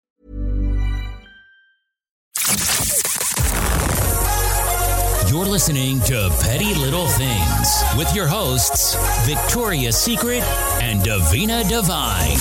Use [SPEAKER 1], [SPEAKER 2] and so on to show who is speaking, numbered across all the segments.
[SPEAKER 1] You're listening to Petty Little Things with your hosts, Victoria's Secret and Davina Divine.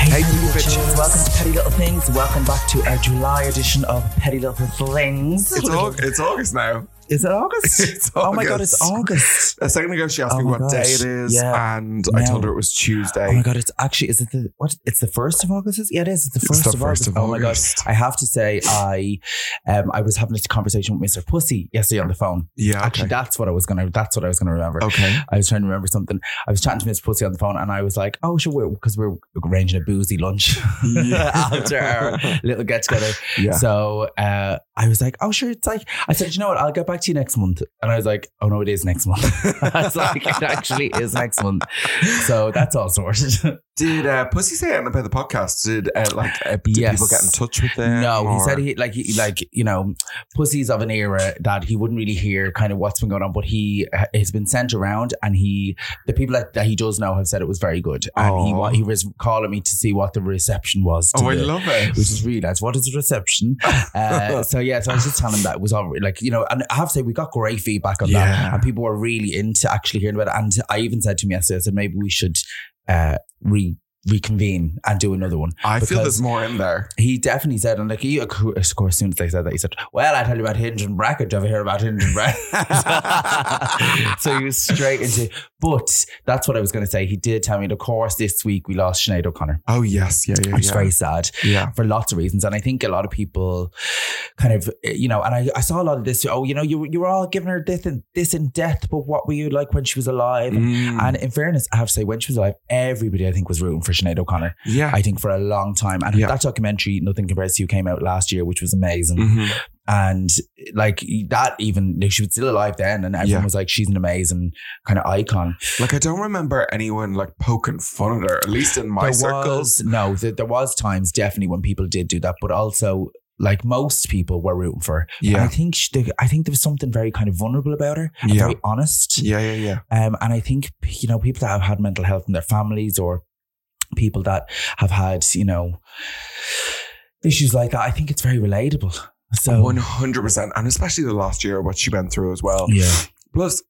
[SPEAKER 2] Hey, beauty bitches. Welcome to Petty Little Things. Welcome back to our July edition of Petty Little Things.
[SPEAKER 3] It's, Aug- it's August now.
[SPEAKER 2] Is it August?
[SPEAKER 3] It's
[SPEAKER 2] Oh my God, it's August.
[SPEAKER 3] A second ago, she asked
[SPEAKER 2] Oh
[SPEAKER 3] me
[SPEAKER 2] my
[SPEAKER 3] what
[SPEAKER 2] gosh,
[SPEAKER 3] day it is,
[SPEAKER 2] yeah.
[SPEAKER 3] and
[SPEAKER 2] No.
[SPEAKER 3] I told her it was Tuesday.
[SPEAKER 2] Oh my god! It's actually is it the what? It's the first of August. is it? Yeah, it is. It's the
[SPEAKER 3] It's
[SPEAKER 2] first,
[SPEAKER 3] the
[SPEAKER 2] of,
[SPEAKER 3] first
[SPEAKER 2] August.
[SPEAKER 3] of
[SPEAKER 2] Oh my god!
[SPEAKER 3] August.
[SPEAKER 2] I have to say, I um, I was having a conversation with Mister Pussy yesterday on the phone.
[SPEAKER 3] Yeah, okay.
[SPEAKER 2] Actually, that's what I was gonna. That's what I was gonna remember.
[SPEAKER 3] Okay.
[SPEAKER 2] I was trying to remember something. I was chatting to Miss Pussy on the phone, and I was like, "Oh, sure, because we're, arranging a boozy lunch
[SPEAKER 3] Yeah.
[SPEAKER 2] after our little get together."
[SPEAKER 3] Yeah.
[SPEAKER 2] So uh, I was like, "Oh, sure." It's like I said, "You know what? I'll get back to you next month." And I was like, "Oh no, it is next month." I was like, "It actually is next month." So that's all sorted.
[SPEAKER 3] Did uh, Pussy say anything about the podcast? Did uh, like uh, did
[SPEAKER 2] Yes.
[SPEAKER 3] people get in touch with them?
[SPEAKER 2] no, he
[SPEAKER 3] or-
[SPEAKER 2] said he like he like you know, pussy's of an era that he wouldn't really hear kind of what's been going on, but he has been sent around, and he the people that, that he does know have said it was very good, and he
[SPEAKER 3] Aw.
[SPEAKER 2] wa- he was calling me to see what the reception was. to
[SPEAKER 3] Oh, I
[SPEAKER 2] the-
[SPEAKER 3] love it.
[SPEAKER 2] which is really nice. What is the reception? Uh, so yeah, so I was just telling them that it was all re- like you know, and I have to say we got great feedback on that,
[SPEAKER 3] Yeah.
[SPEAKER 2] and people were really into actually hearing about it. And I even said to him yesterday, I said maybe we should uh, re reconvene and do another one.
[SPEAKER 3] I feel
[SPEAKER 2] because-
[SPEAKER 3] there's more in there.
[SPEAKER 2] He definitely said, and like he, of course, as soon as they said that, he said, "Well, I tell you about Hinge and Bracket. Do you ever hear about Hinge and Bracket?" so he was straight into. But that's what I was going to say. He did tell me, and of course, this week we lost Sinead O'Connor,
[SPEAKER 3] Oh yes, yeah, yeah,
[SPEAKER 2] which is
[SPEAKER 3] yeah.
[SPEAKER 2] very sad
[SPEAKER 3] yeah.
[SPEAKER 2] for lots of reasons. And I think a lot of people kind of, eh, you know, and I, I saw a lot of this. Oh, you know, you, you were all giving her this and this in death, but what were you like when she was alive?
[SPEAKER 3] Mm,
[SPEAKER 2] And in fairness, I have to say, when she was alive, everybody I think was rooting for Sinead O'Connor.
[SPEAKER 3] yeah.
[SPEAKER 2] I think for a long time. And
[SPEAKER 3] Yeah.
[SPEAKER 2] that documentary, Nothing Compares to You, came out last year, which was amazing.
[SPEAKER 3] Mhm.
[SPEAKER 2] And like that, even like, she was still alive then, and everyone
[SPEAKER 3] Yeah.
[SPEAKER 2] was like, she's an amazing kind of icon.
[SPEAKER 3] Like I don't remember anyone like poking fun at her, at least in my
[SPEAKER 2] there
[SPEAKER 3] circles.
[SPEAKER 2] was no, there, there was times definitely when people did do that, but also. Like most people were rooting for, her. And I
[SPEAKER 3] Yeah.
[SPEAKER 2] think she, there- I think there was something very kind of vulnerable about her, and
[SPEAKER 3] Yeah.
[SPEAKER 2] very honest.
[SPEAKER 3] Yeah, yeah, yeah.
[SPEAKER 2] Um, and I think you know people that have had mental health in their families or people that have had you know issues like that. I think it's very relatable. So
[SPEAKER 3] One hundred percent, and especially the last year, what she went through as well.
[SPEAKER 2] yeah,
[SPEAKER 3] Plus,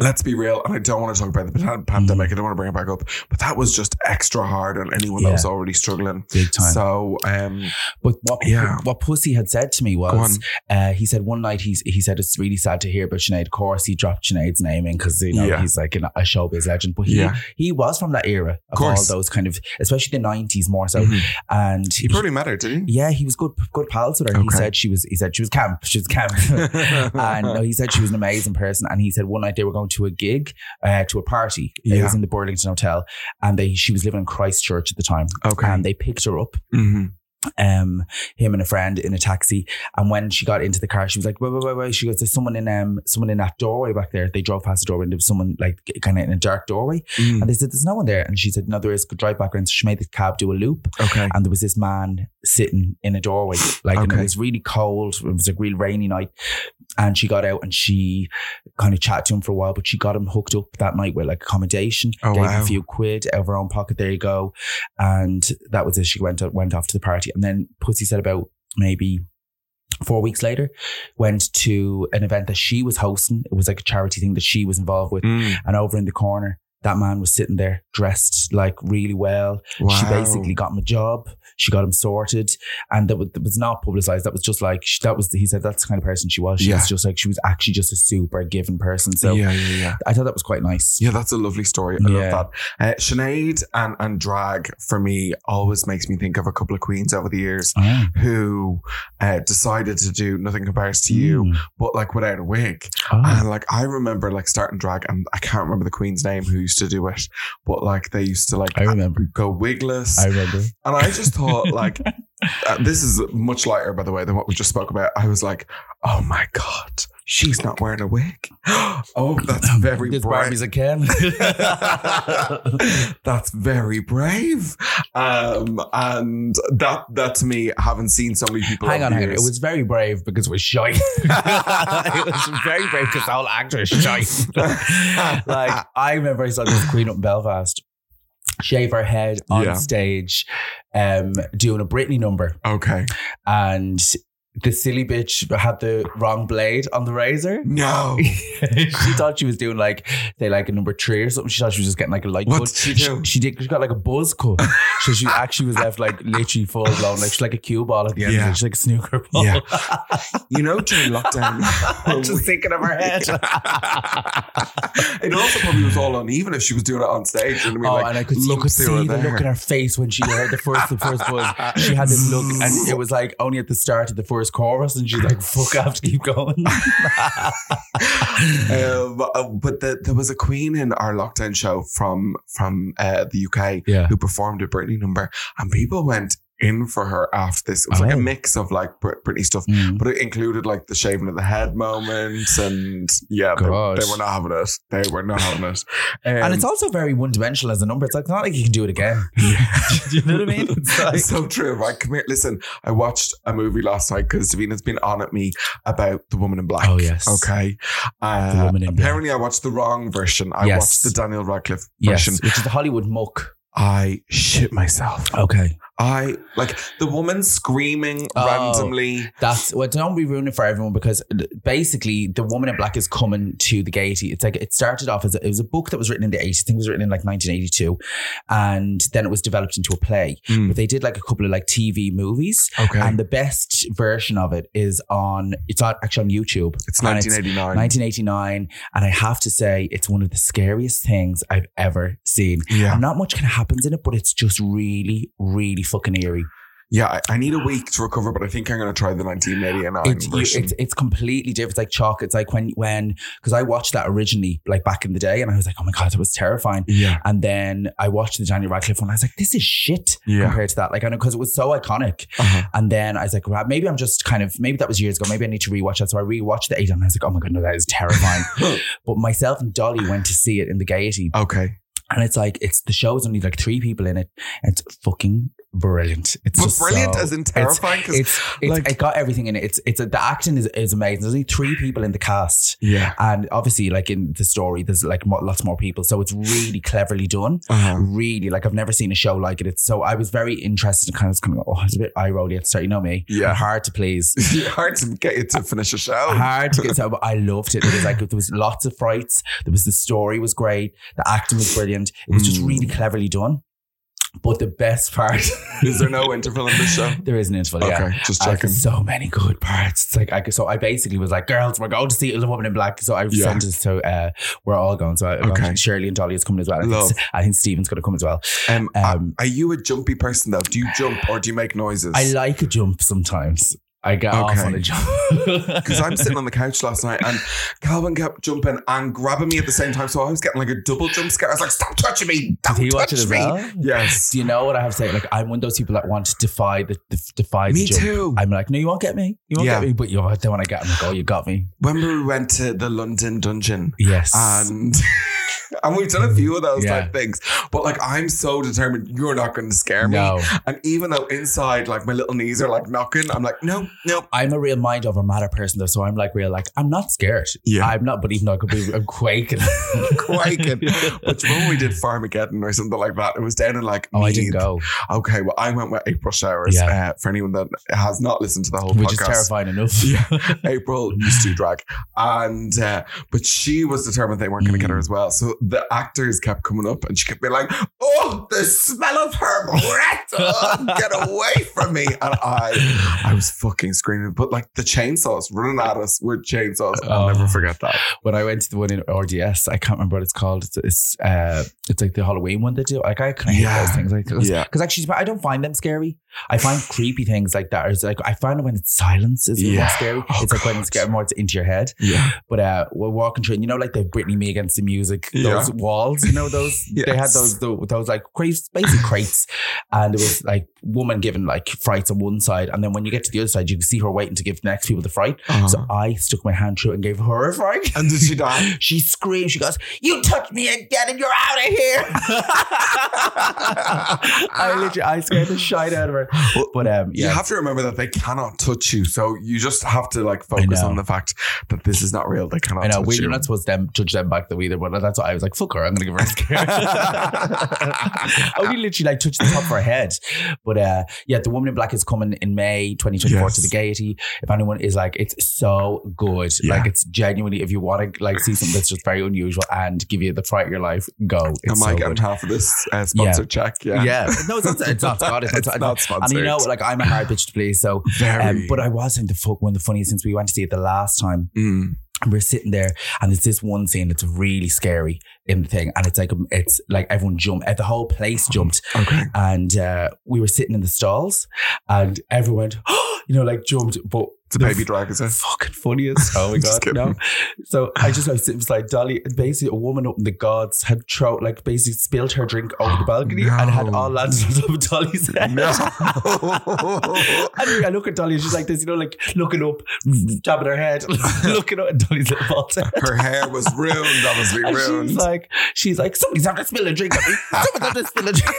[SPEAKER 3] let's be real, and I don't want to talk about the
[SPEAKER 2] Mm.
[SPEAKER 3] pan- pandemic. I don't want to bring it back up, but that was just extra hard on anyone that was already struggling.
[SPEAKER 2] big time.
[SPEAKER 3] So, um,
[SPEAKER 2] but what
[SPEAKER 3] Yeah.
[SPEAKER 2] what Pussy had said to me
[SPEAKER 3] go on.
[SPEAKER 2] was uh, he said one night he's, he said it's really sad to hear about Sinead. Of course, he dropped Sinead's name in because you know
[SPEAKER 3] Yeah.
[SPEAKER 2] he's like an, a showbiz legend, but he
[SPEAKER 3] Yeah.
[SPEAKER 2] he was from that era of all
[SPEAKER 3] Course.
[SPEAKER 2] those kind of especially the nineties more so.
[SPEAKER 3] Mhm.
[SPEAKER 2] And
[SPEAKER 3] He probably met her, did he?
[SPEAKER 2] Yeah, he was good good pals with her. He
[SPEAKER 3] Okay.
[SPEAKER 2] said she was he said she was camp. She was camp. and no, he said she was an amazing person. And he said one night they were going to a gig, uh, to a party. It
[SPEAKER 3] Yeah.
[SPEAKER 2] was in the Burlington Hotel. And they she was living in Christchurch at the time.
[SPEAKER 3] Okay.
[SPEAKER 2] And they picked her up
[SPEAKER 3] Mhm.
[SPEAKER 2] um him and a friend in a taxi and when she got into the car she was like wait wait wait wait she goes there's someone in um someone in that doorway back there they drove past the doorway and there was someone like kind of in a dark doorway
[SPEAKER 3] Mm.
[SPEAKER 2] and they said there's no one there and she said no there is Go drive back around so she made the cab do a loop
[SPEAKER 3] Okay.
[SPEAKER 2] and there was this man sitting in a doorway like and it
[SPEAKER 3] Okay.
[SPEAKER 2] was really cold it was a real rainy night and she got out and she kind of chatted to him for a while but she got him hooked up that night with like accommodation
[SPEAKER 3] Oh,
[SPEAKER 2] gave him
[SPEAKER 3] wow.
[SPEAKER 2] a few quid out of her own pocket there you go and that was it she went went off to the party and then pussy said about maybe four weeks later went to an event that she was hosting it was like a charity thing that she was involved with
[SPEAKER 3] Mm.
[SPEAKER 2] and over in the corner that man was sitting there dressed like really well
[SPEAKER 3] Mm. Wow.
[SPEAKER 2] she basically got him a job. She got him sorted, and that was, that was not publicized. That was just like she, that was. He said that's the kind of person she was. She
[SPEAKER 3] Yeah.
[SPEAKER 2] was just like she was actually just a super given person. So
[SPEAKER 3] yeah, yeah, yeah.
[SPEAKER 2] I thought that was quite nice.
[SPEAKER 3] Yeah, that's a lovely story. I
[SPEAKER 2] Yeah.
[SPEAKER 3] love that. Uh, Sinead and, and drag for me always makes me think of a couple of queens over the years
[SPEAKER 2] Ah.
[SPEAKER 3] who uh, decided to do nothing compares to you,
[SPEAKER 2] Mm.
[SPEAKER 3] but like without a wig.
[SPEAKER 2] Ah.
[SPEAKER 3] And like I remember like starting drag, and I can't remember the queen's name who used to do it, but like they used to like
[SPEAKER 2] I remember.
[SPEAKER 3] go wigless,
[SPEAKER 2] I remember.
[SPEAKER 3] and I just thought like uh, this is much lighter by the way than what we just spoke about. I was like, oh my god, she's not wearing a wig. oh, that's very
[SPEAKER 2] Um, This
[SPEAKER 3] bright.
[SPEAKER 2] Barbie's a Ken.
[SPEAKER 3] That's very brave. Um, and that that to me, haven't seen so many people.
[SPEAKER 2] Hang
[SPEAKER 3] over
[SPEAKER 2] on,
[SPEAKER 3] the
[SPEAKER 2] hang on. It
[SPEAKER 3] years.
[SPEAKER 2] was very brave because it was shy. it was very brave because the whole actor is shy. like I remember I saw this queen up in Belfast shave her head on
[SPEAKER 3] Yeah.
[SPEAKER 2] stage, um, doing a Britney number.
[SPEAKER 3] okay.
[SPEAKER 2] and the silly bitch had the wrong blade on the razor.
[SPEAKER 3] No,
[SPEAKER 2] she thought she was doing like say like a number three or something. She thought she was just getting like a light
[SPEAKER 3] What
[SPEAKER 2] cut.
[SPEAKER 3] did she do?
[SPEAKER 2] She, did. She got like a buzz cut, so she actually was left like literally full blown, like she's like a cue ball at the end.
[SPEAKER 3] Yeah.
[SPEAKER 2] Of it. She's like a snooker ball.
[SPEAKER 3] Yeah. you know during lockdown,
[SPEAKER 2] just thinking of her head.
[SPEAKER 3] it also probably was all uneven if she was doing it on stage. You know what
[SPEAKER 2] Oh,
[SPEAKER 3] I mean?
[SPEAKER 2] and I could see, you could see
[SPEAKER 3] here
[SPEAKER 2] the
[SPEAKER 3] and there.
[SPEAKER 2] look in her face when she heard the first the first buzz. She had this look, and it was like only at the start of the first chorus, and she's like, "Fuck, I have to keep going."
[SPEAKER 3] Um, uh, but the, there was a queen in our lockdown show from from uh, the UK
[SPEAKER 2] Yeah.
[SPEAKER 3] who performed a Britney number, and people went in for her after this. It was like
[SPEAKER 2] Oh.
[SPEAKER 3] a mix of like Brit- Britney stuff,
[SPEAKER 2] Mm.
[SPEAKER 3] but it included like the shaving of the head moment, and yeah, they,
[SPEAKER 2] God.
[SPEAKER 3] they were not having it. They were not having Um, it.
[SPEAKER 2] and it's also very one dimensional as a number. It's like not like you can do it again. do you know what I mean? It's like,
[SPEAKER 3] It's so true. Right, come here. Listen, I watched a movie last night because Davina's been on at me about the woman in black.
[SPEAKER 2] Oh, yes.
[SPEAKER 3] okay. Uh,
[SPEAKER 2] The Woman in Black.
[SPEAKER 3] apparently, I watched the wrong version. I
[SPEAKER 2] Yes.
[SPEAKER 3] watched the Daniel Radcliffe
[SPEAKER 2] yes,
[SPEAKER 3] version.
[SPEAKER 2] which is the Hollywood muck.
[SPEAKER 3] I shit myself.
[SPEAKER 2] Okay,
[SPEAKER 3] I like the woman screaming
[SPEAKER 2] Oh.
[SPEAKER 3] randomly.
[SPEAKER 2] that's well. Don't be ruining it for everyone because basically, the woman in black is coming to the Gaiety. It's like it started off as a, it was a book that was written in the eighties. I think it was written in like nineteen eighty two, and then it was developed into a play. But they did like a couple of like TV movies.
[SPEAKER 3] Hmm. Okay.
[SPEAKER 2] And the best version of it is on it's on actually on YouTube.
[SPEAKER 3] it's
[SPEAKER 2] And
[SPEAKER 3] 1989.
[SPEAKER 2] 1989, and I have to say it's one of the scariest things I've ever seen.
[SPEAKER 3] Yeah.
[SPEAKER 2] And not much kind of happens in it, but it's just really, really fucking eerie.
[SPEAKER 3] Yeah. I, I need a week to recover, but I think I'm going to try the 1989
[SPEAKER 2] It's you,
[SPEAKER 3] version.
[SPEAKER 2] it's it's completely different. It's like chalk. It's like when when because I watched that originally, like back in the day, and I was like, oh my god, it was terrifying.
[SPEAKER 3] yeah.
[SPEAKER 2] And then I watched the Daniel Radcliffe one. And I was like, this is shit
[SPEAKER 3] Yeah.
[SPEAKER 2] compared to that. Like, I know because it was so iconic.
[SPEAKER 3] Uh-huh.
[SPEAKER 2] And then I was like, well, maybe I'm just kind of, maybe that was years ago. Maybe I need to rewatch that. So I rewatched the eight and I was like, oh my God, no, that is terrifying. but myself and Dolly went to see it in the Gaiety.
[SPEAKER 3] Okay.
[SPEAKER 2] And it's like, it's the show is only like three people in it. And it's fucking brilliant. It's
[SPEAKER 3] But
[SPEAKER 2] just
[SPEAKER 3] brilliant
[SPEAKER 2] so-
[SPEAKER 3] as in
[SPEAKER 2] it's-
[SPEAKER 3] terrifying.
[SPEAKER 2] It's,
[SPEAKER 3] 'cause-
[SPEAKER 2] it's,
[SPEAKER 3] like-
[SPEAKER 2] it got everything in it. It's, it's, the acting is, is amazing. There's only three people in the cast.
[SPEAKER 3] yeah.
[SPEAKER 2] And obviously, like in the story, there's like mo- lots more people. So it's really cleverly done.
[SPEAKER 3] Uh-huh.
[SPEAKER 2] Really, like I've never seen a show like it. It's so I was very interested and kind of kind of oh, it's a bit eye rolly at the start. You know me,
[SPEAKER 3] Yeah.
[SPEAKER 2] I'm hard to please.
[SPEAKER 3] Hard to get you to finish a show.
[SPEAKER 2] Hard to get so but I loved it. It was like there was lots of frights. There was the story was great. The acting was brilliant. It was just
[SPEAKER 3] Mm.
[SPEAKER 2] really cleverly done. But the best part
[SPEAKER 3] Is there no interval in the show?
[SPEAKER 2] there is an interval.
[SPEAKER 3] Okay,
[SPEAKER 2] yeah.
[SPEAKER 3] just
[SPEAKER 2] I had
[SPEAKER 3] checking.
[SPEAKER 2] so many good parts. It's like I could, so I basically was like, "Girls, we're going to see the woman in black." So I
[SPEAKER 3] Yeah.
[SPEAKER 2] sent this to uh, we're all going. So I,
[SPEAKER 3] Okay.
[SPEAKER 2] Shirley and Dolly is coming as well. I think,
[SPEAKER 3] Love.
[SPEAKER 2] I think Stephen's going to come as well.
[SPEAKER 3] Um,
[SPEAKER 2] Um,
[SPEAKER 3] are you a jumpy person though? Do you jump or do you make noises?
[SPEAKER 2] I like a jump sometimes. I got off
[SPEAKER 3] Okay.
[SPEAKER 2] on a job
[SPEAKER 3] Because I'm sitting on the couch last night and Calvin kept jumping and grabbing me at the same time. So I was getting like a double jump scare. I was like, stop touching me. Don't
[SPEAKER 2] Did he watch
[SPEAKER 3] touch
[SPEAKER 2] it as
[SPEAKER 3] me.
[SPEAKER 2] well?
[SPEAKER 3] Yes.
[SPEAKER 2] Do you know what I have to say? Like, I'm one of those people that want to defy the, the defy the
[SPEAKER 3] Me
[SPEAKER 2] jump.
[SPEAKER 3] too.
[SPEAKER 2] I'm like, no, you won't get me. You won't
[SPEAKER 3] Yeah.
[SPEAKER 2] get me. But you're then when I get, I'm like, oh, you got me.
[SPEAKER 3] When we went to the London dungeon
[SPEAKER 2] Yes.
[SPEAKER 3] and and we've done a few of those
[SPEAKER 2] Yeah.
[SPEAKER 3] type things. But like I'm so determined you're not gonna scare me.
[SPEAKER 2] no,
[SPEAKER 3] And even though inside like my little knees are like knocking, I'm like, no, no.
[SPEAKER 2] I'm a real mind over matter person though, so I'm like real, like I'm not scared.
[SPEAKER 3] Yeah.
[SPEAKER 2] I'm not. But even though I could be, I'm quaking,
[SPEAKER 3] Quaking. Which when we did Farmageddon or something like that, it was down in like
[SPEAKER 2] Oh, I didn't
[SPEAKER 3] Meath.
[SPEAKER 2] go,
[SPEAKER 3] Okay, well, I went with April Showers.
[SPEAKER 2] Yeah.
[SPEAKER 3] Uh, for anyone that has not listened to the whole
[SPEAKER 2] which is
[SPEAKER 3] podcast,
[SPEAKER 2] terrifying enough.
[SPEAKER 3] April used to drag, and uh, but she was determined they weren't going to
[SPEAKER 2] Mm.
[SPEAKER 3] get her as well. So the actors kept coming up, and she kept being like, "Oh, the smell of her breath! Oh, get away from me!" And I, I was fucking screaming. But like the chainsaws running at us with chainsaws, I'll
[SPEAKER 2] Oh.
[SPEAKER 3] never forget that.
[SPEAKER 2] when I went to the one in RDS, I can't remember what it's called. It's it's, uh, it's like the Halloween one they do. Like I kind of hate
[SPEAKER 3] Yeah.
[SPEAKER 2] those things. Like because
[SPEAKER 3] Yeah.
[SPEAKER 2] actually, I don't find them scary. I find creepy things like that. It's like I find when it's silence is even
[SPEAKER 3] Yeah.
[SPEAKER 2] more scary.
[SPEAKER 3] Oh,
[SPEAKER 2] it's like when it's
[SPEAKER 3] God.
[SPEAKER 2] scary more it's into your head.
[SPEAKER 3] Yeah,
[SPEAKER 2] But uh, we're walking through, and you know, like they Britney me against the music.
[SPEAKER 3] Yeah.
[SPEAKER 2] Those walls, you know, those they had
[SPEAKER 3] Yes.
[SPEAKER 2] those tho- those like crates, basically crates, and it was like woman giving like frights on one side, and then when you get to the other side, you can see her waiting to give the next people the fright. So
[SPEAKER 3] Uh-huh.
[SPEAKER 2] I stuck my hand through and gave her a fright.
[SPEAKER 3] and did she die?
[SPEAKER 2] She screams. She goes, "You touch me again, and you're out of here!" I literally, I scared the shit out of her. But um, yeah,
[SPEAKER 3] You have to remember that they cannot touch you, so you just have to like focus
[SPEAKER 2] know.
[SPEAKER 3] on the fact that this is not real. They cannot.
[SPEAKER 2] I know
[SPEAKER 3] touch
[SPEAKER 2] we're
[SPEAKER 3] you.
[SPEAKER 2] you're not supposed to them, judge them back though either. But that's what I was like, "Fuck her! I'm gonna give her a scare." I only literally like touched the top of her head. But uh, yeah, the woman in black is coming in May 2024 to the
[SPEAKER 3] Yes.
[SPEAKER 2] Gaiety. If anyone is like, it's so good.
[SPEAKER 3] Yeah.
[SPEAKER 2] Like it's genuinely. If you want to like see something that's just very unusual and give you the fright of your life, go. It's
[SPEAKER 3] Am I
[SPEAKER 2] so
[SPEAKER 3] getting
[SPEAKER 2] good.
[SPEAKER 3] half of this uh, sponsor check? Yeah.
[SPEAKER 2] No, it's not, it's not Scott. It's,
[SPEAKER 3] It's
[SPEAKER 2] not,
[SPEAKER 3] not
[SPEAKER 2] And you
[SPEAKER 3] sponsored.
[SPEAKER 2] know, like I'm a hard bitch to please. So,
[SPEAKER 3] Very.
[SPEAKER 2] um, but I was in the fuck one of the funniest since we went to see it the last time.
[SPEAKER 3] Mm.
[SPEAKER 2] And we're sitting there, and it's this one scene that's really scary in the thing, and it's like um, it's like everyone jumped, eh, the whole place jumped,
[SPEAKER 3] Okay.
[SPEAKER 2] and uh, we were sitting in the stalls, and everyone, went, you know, like jumped, but.
[SPEAKER 3] It's a baby drag, is it?
[SPEAKER 2] Fucking funniest. Oh my
[SPEAKER 3] Just
[SPEAKER 2] god. No.
[SPEAKER 3] kidding.
[SPEAKER 2] So I just like it was like Dolly basically a woman up in the gods had throw like basically spilled her drink over the balcony and had
[SPEAKER 3] Oh, No.
[SPEAKER 2] all landed on top of Dolly's head.
[SPEAKER 3] No.
[SPEAKER 2] And I look at Dolly, she's like this, you know, like looking up, tapping her head, looking up, and Dolly's like bald head.
[SPEAKER 3] Her hair was ruined, obviously
[SPEAKER 2] And
[SPEAKER 3] ruined.
[SPEAKER 2] she's like, she's like, somebody's having to spill a drink on me. Someone's having to spill a drink.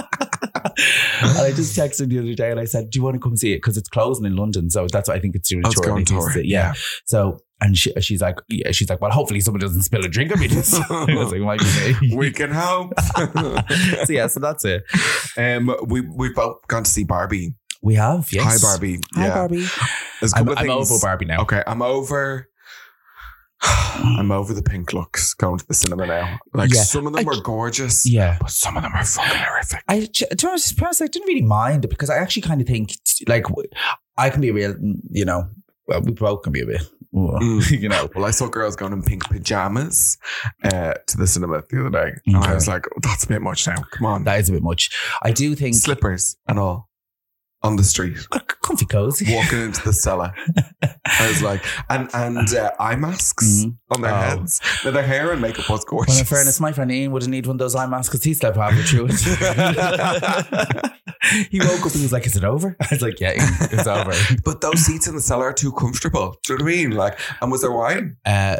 [SPEAKER 2] and I just texted the other day and I said, Do you want to come see it? Because it's closing in London. So that's what I think it's doing.
[SPEAKER 3] That's
[SPEAKER 2] shortly.
[SPEAKER 3] going to her,
[SPEAKER 2] Yeah. So, and she, she's like, yeah, She's like, Well, hopefully someone doesn't spill a drink on me. I was like, Might be me.
[SPEAKER 3] we can help.
[SPEAKER 2] so, yeah, so that's it.
[SPEAKER 3] um, we we've both gone to see Barbie.
[SPEAKER 2] We have, yes.
[SPEAKER 3] Hi Barbie.
[SPEAKER 2] Hi,
[SPEAKER 3] yeah.
[SPEAKER 2] Barbie.
[SPEAKER 3] There's a
[SPEAKER 2] I'm,
[SPEAKER 3] couple
[SPEAKER 2] I'm
[SPEAKER 3] of things.
[SPEAKER 2] over Barbie now.
[SPEAKER 3] Okay, I'm over. I'm over the pink looks going to the cinema now. Like
[SPEAKER 2] Yeah.
[SPEAKER 3] some of them
[SPEAKER 2] I-
[SPEAKER 3] were gorgeous,
[SPEAKER 2] Yeah.
[SPEAKER 3] but some of them are fucking horrific.
[SPEAKER 2] I to be honest, to be honest, I didn't really mind it because I actually kind of think like I can be real, you know. Well, we both can be a bit,
[SPEAKER 3] Mm.
[SPEAKER 2] you know.
[SPEAKER 3] Well, I saw girls going in pink pajamas uh, to the cinema the other day, and I
[SPEAKER 2] Okay.
[SPEAKER 3] was like, oh, "That's a bit much now. Come on,
[SPEAKER 2] That is a bit much. I do think
[SPEAKER 3] slippers and all on the street."
[SPEAKER 2] comfy cozy.
[SPEAKER 3] walking into the cellar. I was like, and and uh, eye masks
[SPEAKER 2] Mhm.
[SPEAKER 3] on their
[SPEAKER 2] Oh.
[SPEAKER 3] heads. Now, their hair and makeup was gorgeous.
[SPEAKER 2] Well, in fairness, my friend Ian wouldn't need one of those eye masks because he slept halfway through it. he woke up and he was like, "Is it over?" I was like, "Yeah, Ian, it's over."
[SPEAKER 3] but those seats in the cellar are too comfortable. Do you know what I mean? Like, and was there wine?
[SPEAKER 2] Uh,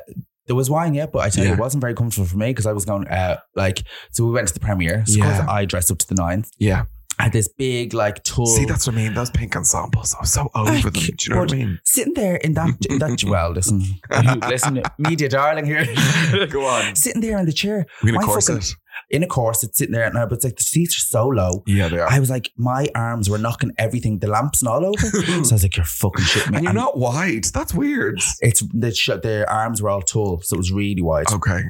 [SPEAKER 2] there was wine, yeah, but I tell you,
[SPEAKER 3] Yeah.
[SPEAKER 2] it wasn't very comfortable for me because I was going uh, like. So we went to the premiere. So of course
[SPEAKER 3] Yeah.
[SPEAKER 2] I dressed up to the nines.
[SPEAKER 3] Yeah.
[SPEAKER 2] I had this big like tulle.
[SPEAKER 3] See, that's what I mean. Those pink ensembles. I was so over them. Do you know what I mean?
[SPEAKER 2] Sitting there in that, in that well, listen, you listen, media darling here.
[SPEAKER 3] Go on.
[SPEAKER 2] sitting there in the chair,
[SPEAKER 3] We in a
[SPEAKER 2] My
[SPEAKER 3] corset.
[SPEAKER 2] fucking- in a corset, sitting there, and I was like, the seats are so low.
[SPEAKER 3] yeah, they are.
[SPEAKER 2] I was like, my arms were knocking everything, the lamps and all over. so I was like, you're fucking shitting me.
[SPEAKER 3] and you're
[SPEAKER 2] And
[SPEAKER 3] not wide. That's weird.
[SPEAKER 2] It's the sh- their arms were all tall, so it was really wide.
[SPEAKER 3] Okay.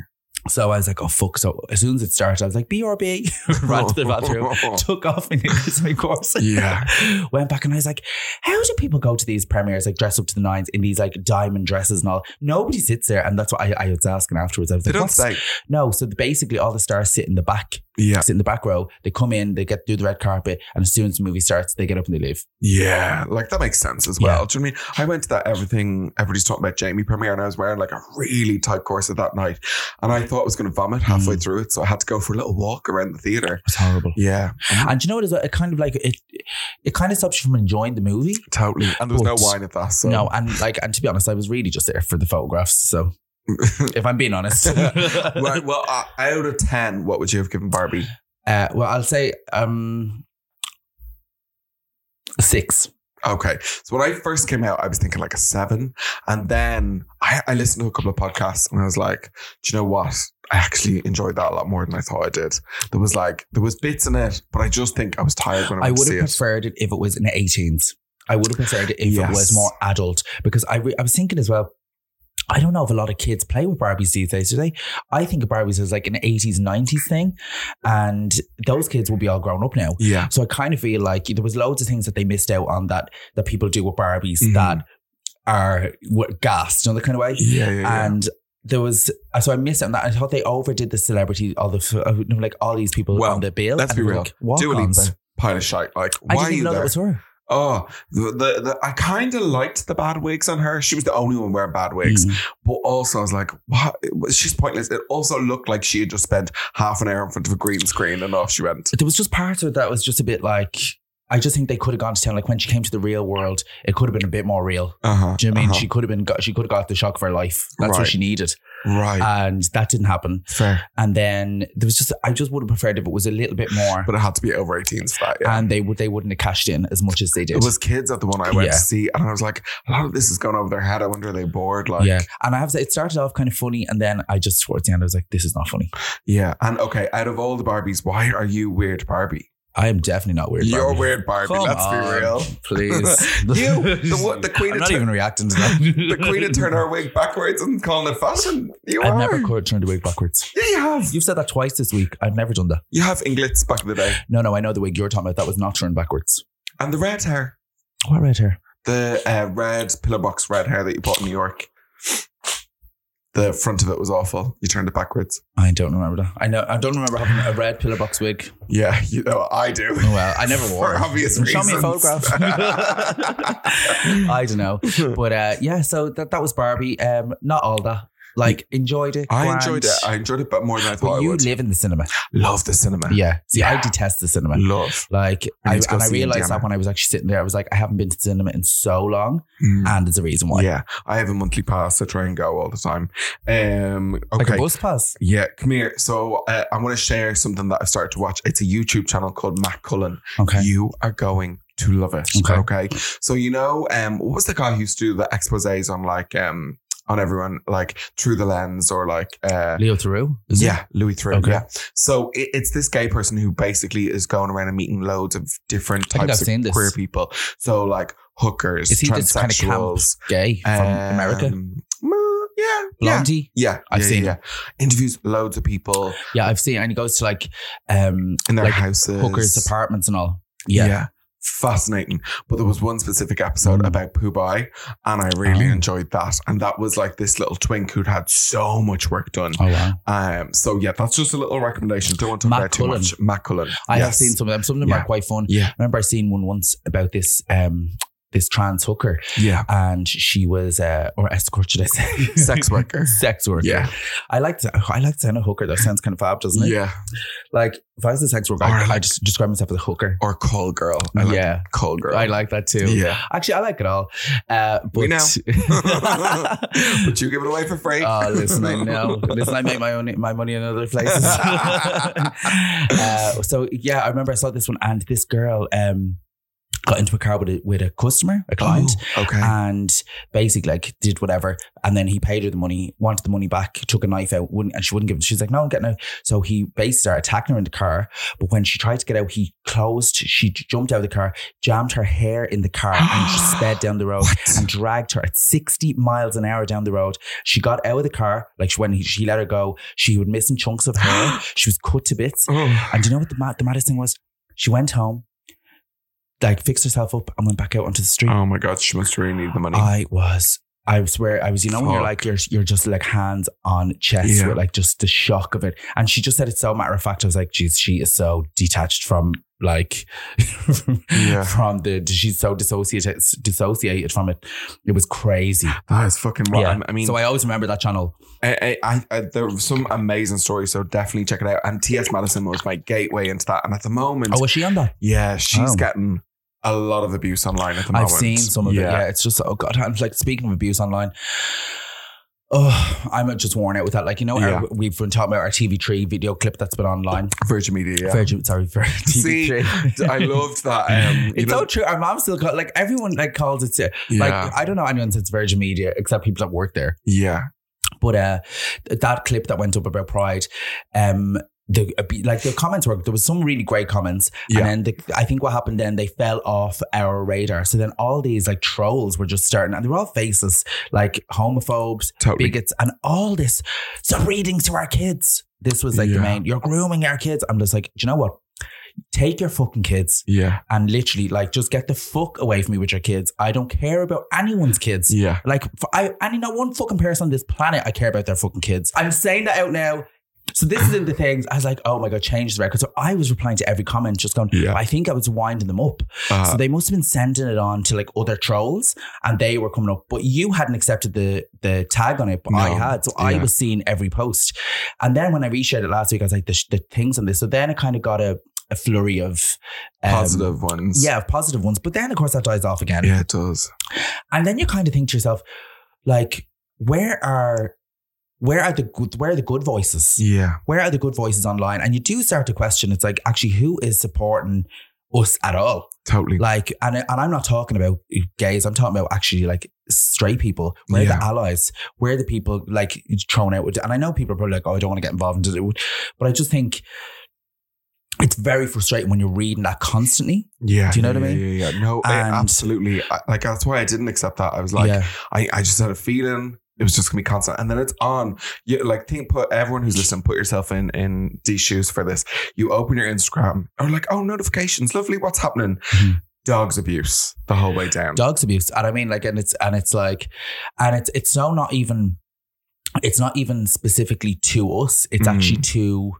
[SPEAKER 2] So I was like, oh fuck. So as soon as it started, I was like, BRB, ran to the bathroom, took off my knickers, my corset.
[SPEAKER 3] Yeah.
[SPEAKER 2] Went back and I was like, how do people go to these premieres, like dress up to the nines in these like diamond dresses and all? Nobody sits there. And that's what I, I was asking afterwards. I was
[SPEAKER 3] They
[SPEAKER 2] like,
[SPEAKER 3] don't
[SPEAKER 2] "What's-"
[SPEAKER 3] say.
[SPEAKER 2] No. So basically, all the stars sit in the back.
[SPEAKER 3] Yeah.
[SPEAKER 2] sit in the back row. They come in, they get do the red carpet, and as soon as the movie starts, they get up and they leave.
[SPEAKER 3] Yeah. Like that makes sense as
[SPEAKER 2] Yeah.
[SPEAKER 3] well. Do you know what I mean? I went to that everything, everybody's talking about Jamie premiere, and I was wearing like a really tight corset that night. And I thought I was going to vomit halfway
[SPEAKER 2] Mm.
[SPEAKER 3] through it. So I had to go for a little walk around the theater.
[SPEAKER 2] It's horrible.
[SPEAKER 3] Yeah.
[SPEAKER 2] And do you know what is it kind of like it it kind of stops you from enjoying the movie.
[SPEAKER 3] Totally. And there was no
[SPEAKER 2] But-
[SPEAKER 3] wine at that. So
[SPEAKER 2] No, and like and to be honest, I was really just there for the photographs. So if I'm being honest.
[SPEAKER 3] right. Well, uh, out of 10, what would you have given Barbie?
[SPEAKER 2] Uh, well, I'll say um, six.
[SPEAKER 3] Okay. So when I first came out, I was thinking like a seven. And then I, I listened to a couple of podcasts and I was like, do you know what? I actually enjoyed that a lot more than I thought I did. There was like, there was bits in it, but I just think I was tired when I,
[SPEAKER 2] I
[SPEAKER 3] went
[SPEAKER 2] would
[SPEAKER 3] to see
[SPEAKER 2] have
[SPEAKER 3] it.
[SPEAKER 2] preferred it if it was in the 18s. I would have preferred it if it
[SPEAKER 3] Yes.
[SPEAKER 2] was more adult because I, re- I was thinking as well. I don't know if a lot of kids play with Barbies these days, do they? I think of Barbies as like an 80s, 90s thing. And those kids will be all grown up now.
[SPEAKER 3] Yeah.
[SPEAKER 2] So I kind of feel like there was loads of things that they missed out on that that people do with Barbies
[SPEAKER 3] Mhm.
[SPEAKER 2] that are what gassed, you know, the kind of way.
[SPEAKER 3] Yeah. yeah, yeah.
[SPEAKER 2] And there was so I missed it on that. I thought they overdid the celebrity, all the uh, like all these people
[SPEAKER 3] Well,
[SPEAKER 2] on the bill.
[SPEAKER 3] let's
[SPEAKER 2] and
[SPEAKER 3] be
[SPEAKER 2] they were
[SPEAKER 3] real.
[SPEAKER 2] Like, walk
[SPEAKER 3] Dua
[SPEAKER 2] ons.
[SPEAKER 3] Lipa's pile of shite. Like, why
[SPEAKER 2] I didn't
[SPEAKER 3] are you
[SPEAKER 2] even know
[SPEAKER 3] there?
[SPEAKER 2] that was her.
[SPEAKER 3] Oh, the, the, the I kind of liked the bad wigs on her. She was the only one wearing bad wigs.
[SPEAKER 2] Mm.
[SPEAKER 3] But also, I was like, what? It was- She's pointless. It also looked like she had just spent half an hour in front of a green screen and off she went.
[SPEAKER 2] There was just parts of it that was just a bit like I just think they could have gone to town. Like when she came to the real world, it could have been a bit more real.
[SPEAKER 3] Uh-huh.
[SPEAKER 2] Do you know what I mean
[SPEAKER 3] uh-huh.
[SPEAKER 2] she could have been got, she could have got the shock of her life? That's
[SPEAKER 3] Right.
[SPEAKER 2] what she needed,
[SPEAKER 3] Right.
[SPEAKER 2] and that didn't happen.
[SPEAKER 3] Fair.
[SPEAKER 2] And then there was just I just would have preferred if it was a little bit more,
[SPEAKER 3] But it had to be over 18s for that, yeah.
[SPEAKER 2] and they would they wouldn't have cashed in as much as they did.
[SPEAKER 3] it was kids at the one I went
[SPEAKER 2] Yeah.
[SPEAKER 3] to see, and I was like, a lot of this is going over their head. I wonder are they bored? Like,
[SPEAKER 2] yeah,
[SPEAKER 3] yeah.
[SPEAKER 2] and I have to say, it started off kind of funny, and then I just towards the end I was like, this is not funny.
[SPEAKER 3] And okay, out of all the Barbies, why are you weird, Barbie?
[SPEAKER 2] I am definitely not weird.
[SPEAKER 3] You're
[SPEAKER 2] Barbie.
[SPEAKER 3] weird, Barbie.
[SPEAKER 2] Come
[SPEAKER 3] let's
[SPEAKER 2] on,
[SPEAKER 3] be real.
[SPEAKER 2] please.
[SPEAKER 3] You, the one- the queen
[SPEAKER 2] I'm
[SPEAKER 3] of
[SPEAKER 2] not
[SPEAKER 3] Tur-
[SPEAKER 2] even reacting to that.
[SPEAKER 3] The queen had turned her wig backwards and calling it fashion. You
[SPEAKER 2] I've
[SPEAKER 3] are.
[SPEAKER 2] never co- turned away backwards.
[SPEAKER 3] yeah, you have.
[SPEAKER 2] You've said that twice this week. I've never done that.
[SPEAKER 3] You have Inglets back in the day,
[SPEAKER 2] No, no, I know the wig you're talking about. That was not turned backwards.
[SPEAKER 3] and the red hair,
[SPEAKER 2] What red hair?
[SPEAKER 3] the uh, red pillar box red hair that you bought in New York. The front of it was awful. You turned it backwards.
[SPEAKER 2] I don't remember that. I know. I don't remember having a red pillar box wig. Oh,
[SPEAKER 3] Yeah, you know I do.
[SPEAKER 2] Well, I never wore
[SPEAKER 3] For
[SPEAKER 2] it.
[SPEAKER 3] obvious
[SPEAKER 2] Show
[SPEAKER 3] reasons.
[SPEAKER 2] me a photograph. I don't know, but uh, yeah. So that that was Barbie. Um, not all that. Like enjoyed it.
[SPEAKER 3] I
[SPEAKER 2] grand.
[SPEAKER 3] enjoyed it. I enjoyed it, but more than I thought
[SPEAKER 2] but
[SPEAKER 3] I
[SPEAKER 2] you
[SPEAKER 3] would.
[SPEAKER 2] live in the cinema.
[SPEAKER 3] Love the cinema.
[SPEAKER 2] Yeah. See, I
[SPEAKER 3] Yeah.
[SPEAKER 2] detest the cinema.
[SPEAKER 3] Love.
[SPEAKER 2] Like,
[SPEAKER 3] We
[SPEAKER 2] I,
[SPEAKER 3] need to go
[SPEAKER 2] and I
[SPEAKER 3] see
[SPEAKER 2] realized
[SPEAKER 3] Indiana.
[SPEAKER 2] that when I was actually sitting there, I was like, I haven't been to the cinema in so long, and there's a reason Mm. why.
[SPEAKER 3] Mm. Yeah, I have a monthly pass. I try and go all the time. Um,
[SPEAKER 2] Like
[SPEAKER 3] okay.
[SPEAKER 2] a bus pass.
[SPEAKER 3] yeah, come here. So uh, I want to share something that I've started to watch. It's a YouTube channel called Matt Cullen.
[SPEAKER 2] Okay.
[SPEAKER 3] You are going to love it.
[SPEAKER 2] Okay.
[SPEAKER 3] Okay. So you know, um, what was the guy who used to do the exposés on like um on everyone, like through the lens or like uh
[SPEAKER 2] Leo Theroux. is it?
[SPEAKER 3] yeah, Louis Theroux.
[SPEAKER 2] Okay.
[SPEAKER 3] Yeah. So it, it's this gay person who basically is going around and meeting loads of different
[SPEAKER 2] I think I've
[SPEAKER 3] types of
[SPEAKER 2] seen this.
[SPEAKER 3] queer people. So like hookers,
[SPEAKER 2] Is he this kind of camp
[SPEAKER 3] transsexuals,
[SPEAKER 2] gay from
[SPEAKER 3] um,
[SPEAKER 2] America?
[SPEAKER 3] mm, Yeah. Yeah.
[SPEAKER 2] Blondie.
[SPEAKER 3] Yeah,
[SPEAKER 2] I've
[SPEAKER 3] yeah,
[SPEAKER 2] seen
[SPEAKER 3] yeah. interviews loads of people
[SPEAKER 2] Yeah, I've seen. And he goes to like, um,
[SPEAKER 3] in their
[SPEAKER 2] like
[SPEAKER 3] houses,
[SPEAKER 2] hookers' apartments and all. Yeah.
[SPEAKER 3] Fascinating. But there was one specific episode
[SPEAKER 2] Mm.
[SPEAKER 3] about Pooh Bai, and I really
[SPEAKER 2] Oh.
[SPEAKER 3] enjoyed that. And that was like this little twink who'd had so much work done.
[SPEAKER 2] Oh wow!
[SPEAKER 3] Um, so yeah, that's just a little recommendation. Don't want to talk
[SPEAKER 2] Matt
[SPEAKER 3] about it too
[SPEAKER 2] Cullen.
[SPEAKER 3] much. Matt Cullen.
[SPEAKER 2] I have
[SPEAKER 3] Yes.
[SPEAKER 2] seen some of them. Some of them are
[SPEAKER 3] Yeah.
[SPEAKER 2] quite fun.
[SPEAKER 3] Yeah.
[SPEAKER 2] I remember I seen one once about this um this trans hooker,
[SPEAKER 3] Yeah.
[SPEAKER 2] and she was uh, or escort should I say
[SPEAKER 3] Sex worker.
[SPEAKER 2] sex worker.
[SPEAKER 3] Yeah.
[SPEAKER 2] I like to I like to sound a hooker. That sounds kind of fab, doesn't it?
[SPEAKER 3] Yeah.
[SPEAKER 2] Like if I was a sex worker, I,
[SPEAKER 3] Or
[SPEAKER 2] I
[SPEAKER 3] like-
[SPEAKER 2] just describe myself as a hooker.
[SPEAKER 3] Or call girl. I like
[SPEAKER 2] yeah,
[SPEAKER 3] call girl.
[SPEAKER 2] I like that too.
[SPEAKER 3] Yeah.
[SPEAKER 2] Actually, I like it all. Uh, but
[SPEAKER 3] We know. But you give it away for free. Oh,
[SPEAKER 2] Oh, listen, I know. Listen, I make my own my money in other places. uh, so yeah, I remember I saw this one, and this girl um, got into a car with a, with a customer, a client, Uh,
[SPEAKER 3] Oh, okay.
[SPEAKER 2] and basically like did whatever, and then he paid her the money, wanted the money back, took a knife out, wouldn't, and she wouldn't give it. She's like, "No, I'm getting out." So he basically started attacking her in the car, but when she tried to get out, he closed. She j- jumped out of the car, jammed her hair in the car, and she sped down the road and dragged her at 60 miles an hour down the road. She got out of the car, like when he, she let her go, she had missing chunks of hair. she was cut to bits.
[SPEAKER 3] Oh.
[SPEAKER 2] And do you know what the, mad, the maddest thing was? She went home, like fixed herself up, and went back out onto the street.
[SPEAKER 3] Oh my god, she must really need the money.
[SPEAKER 2] I was I swear, I was, you know, when you're
[SPEAKER 3] Fuck.
[SPEAKER 2] like, you're, you're just like hands on chest
[SPEAKER 3] Yeah.
[SPEAKER 2] with like just the shock of it. And she just said it so matter of fact. I was like, geez, she is so detached from like,
[SPEAKER 3] Yeah.
[SPEAKER 2] from the, she's so dissociated, dissociated from it. It was crazy.
[SPEAKER 3] That is fucking wild. I mean,
[SPEAKER 2] so I always remember that channel.
[SPEAKER 3] I, I, I, there were some amazing stories, so definitely check it out. And T.S. Madison was my gateway into that. And at the moment,
[SPEAKER 2] Oh, was she on that?
[SPEAKER 3] yeah, she's
[SPEAKER 2] Oh.
[SPEAKER 3] getting a lot of abuse online at the
[SPEAKER 2] I've
[SPEAKER 3] moment.
[SPEAKER 2] seen some of it. Yeah, it's just oh god. I'm like speaking of abuse online. Oh, I'm just worn out with that. Like you know, our-
[SPEAKER 3] Yeah.
[SPEAKER 2] we've been talking about our TV3 video clip that's been online.
[SPEAKER 3] Virgin Media. Yeah.
[SPEAKER 2] Virgin, sorry, for TV3.
[SPEAKER 3] See, I loved that. Um, you
[SPEAKER 2] it's
[SPEAKER 3] know-
[SPEAKER 2] so true. Our mom still call, like everyone like calls it.
[SPEAKER 3] Yeah.
[SPEAKER 2] Like I don't know anyone that's Virgin Media except people that work there.
[SPEAKER 3] yeah,
[SPEAKER 2] But uh, th- that clip that went up about Pride, um, the ab- like the comments were there was some really great comments,
[SPEAKER 3] Yeah.
[SPEAKER 2] and then the, I think what happened then they fell off our radar. So then all these like trolls were just starting, and they were all faces like homophobes,
[SPEAKER 3] Totally.
[SPEAKER 2] bigots, and all this. Stop reading to our kids. This was like
[SPEAKER 3] Yeah.
[SPEAKER 2] the main. You're grooming our kids. I'm just like, do you know what? Take your fucking kids
[SPEAKER 3] yeah,
[SPEAKER 2] and literally like just get the fuck away from me with your kids. I don't care about anyone's kids.
[SPEAKER 3] yeah.
[SPEAKER 2] Like, for, I, I not one fucking person on this planet I care about their fucking kids. I'm saying that out now. So this is in the things I was like, oh my god, change the record. So I was replying to every comment, just going,
[SPEAKER 3] Yeah.
[SPEAKER 2] I think I was winding them up.
[SPEAKER 3] Uh,
[SPEAKER 2] so they must have been sending it on to like other trolls, and they were coming up. But you hadn't accepted the the tag on it, but I
[SPEAKER 3] No.
[SPEAKER 2] had. So I
[SPEAKER 3] Yeah.
[SPEAKER 2] was seeing every post, and then when I reshared it last week, I was like, the, sh- the things on this. So then it kind of got a, a flurry of um,
[SPEAKER 3] positive ones.
[SPEAKER 2] yeah, of positive ones. But then of course that dies off again.
[SPEAKER 3] yeah, it does.
[SPEAKER 2] And then you kind of think to yourself, like, where are where are the good where are the good voices?
[SPEAKER 3] Yeah,
[SPEAKER 2] Where are the good voices online? And you do start to question. It's like actually, who is supporting us at all?
[SPEAKER 3] totally.
[SPEAKER 2] Like, and and I'm not talking about gays. I'm talking about actually like straight people. Where are
[SPEAKER 3] Yeah.
[SPEAKER 2] the allies? Where are the people like thrown out? with- And I know people are probably like, oh, I don't want to get involved in it, but I just think it's very frustrating when you're reading that constantly.
[SPEAKER 3] yeah,
[SPEAKER 2] do you know
[SPEAKER 3] yeah,
[SPEAKER 2] what I mean?
[SPEAKER 3] Yeah, yeah, yeah. no, it-
[SPEAKER 2] And-
[SPEAKER 3] absolutely. I, like that's why I didn't accept that. I was like,
[SPEAKER 2] yeah,
[SPEAKER 3] I, I just had a feeling it was just gonna be constant, and then it's on. You like think put everyone who's listening, put yourself in in these shoes for this. You open your Instagram, or like, oh, notifications, lovely, what's happening?
[SPEAKER 2] Mhm.
[SPEAKER 3] Dogs abuse the whole way down.
[SPEAKER 2] dogs abuse and i mean like and it's and it's like and it's it's so not even it's not even specifically to us it's
[SPEAKER 3] Mm.
[SPEAKER 2] actually to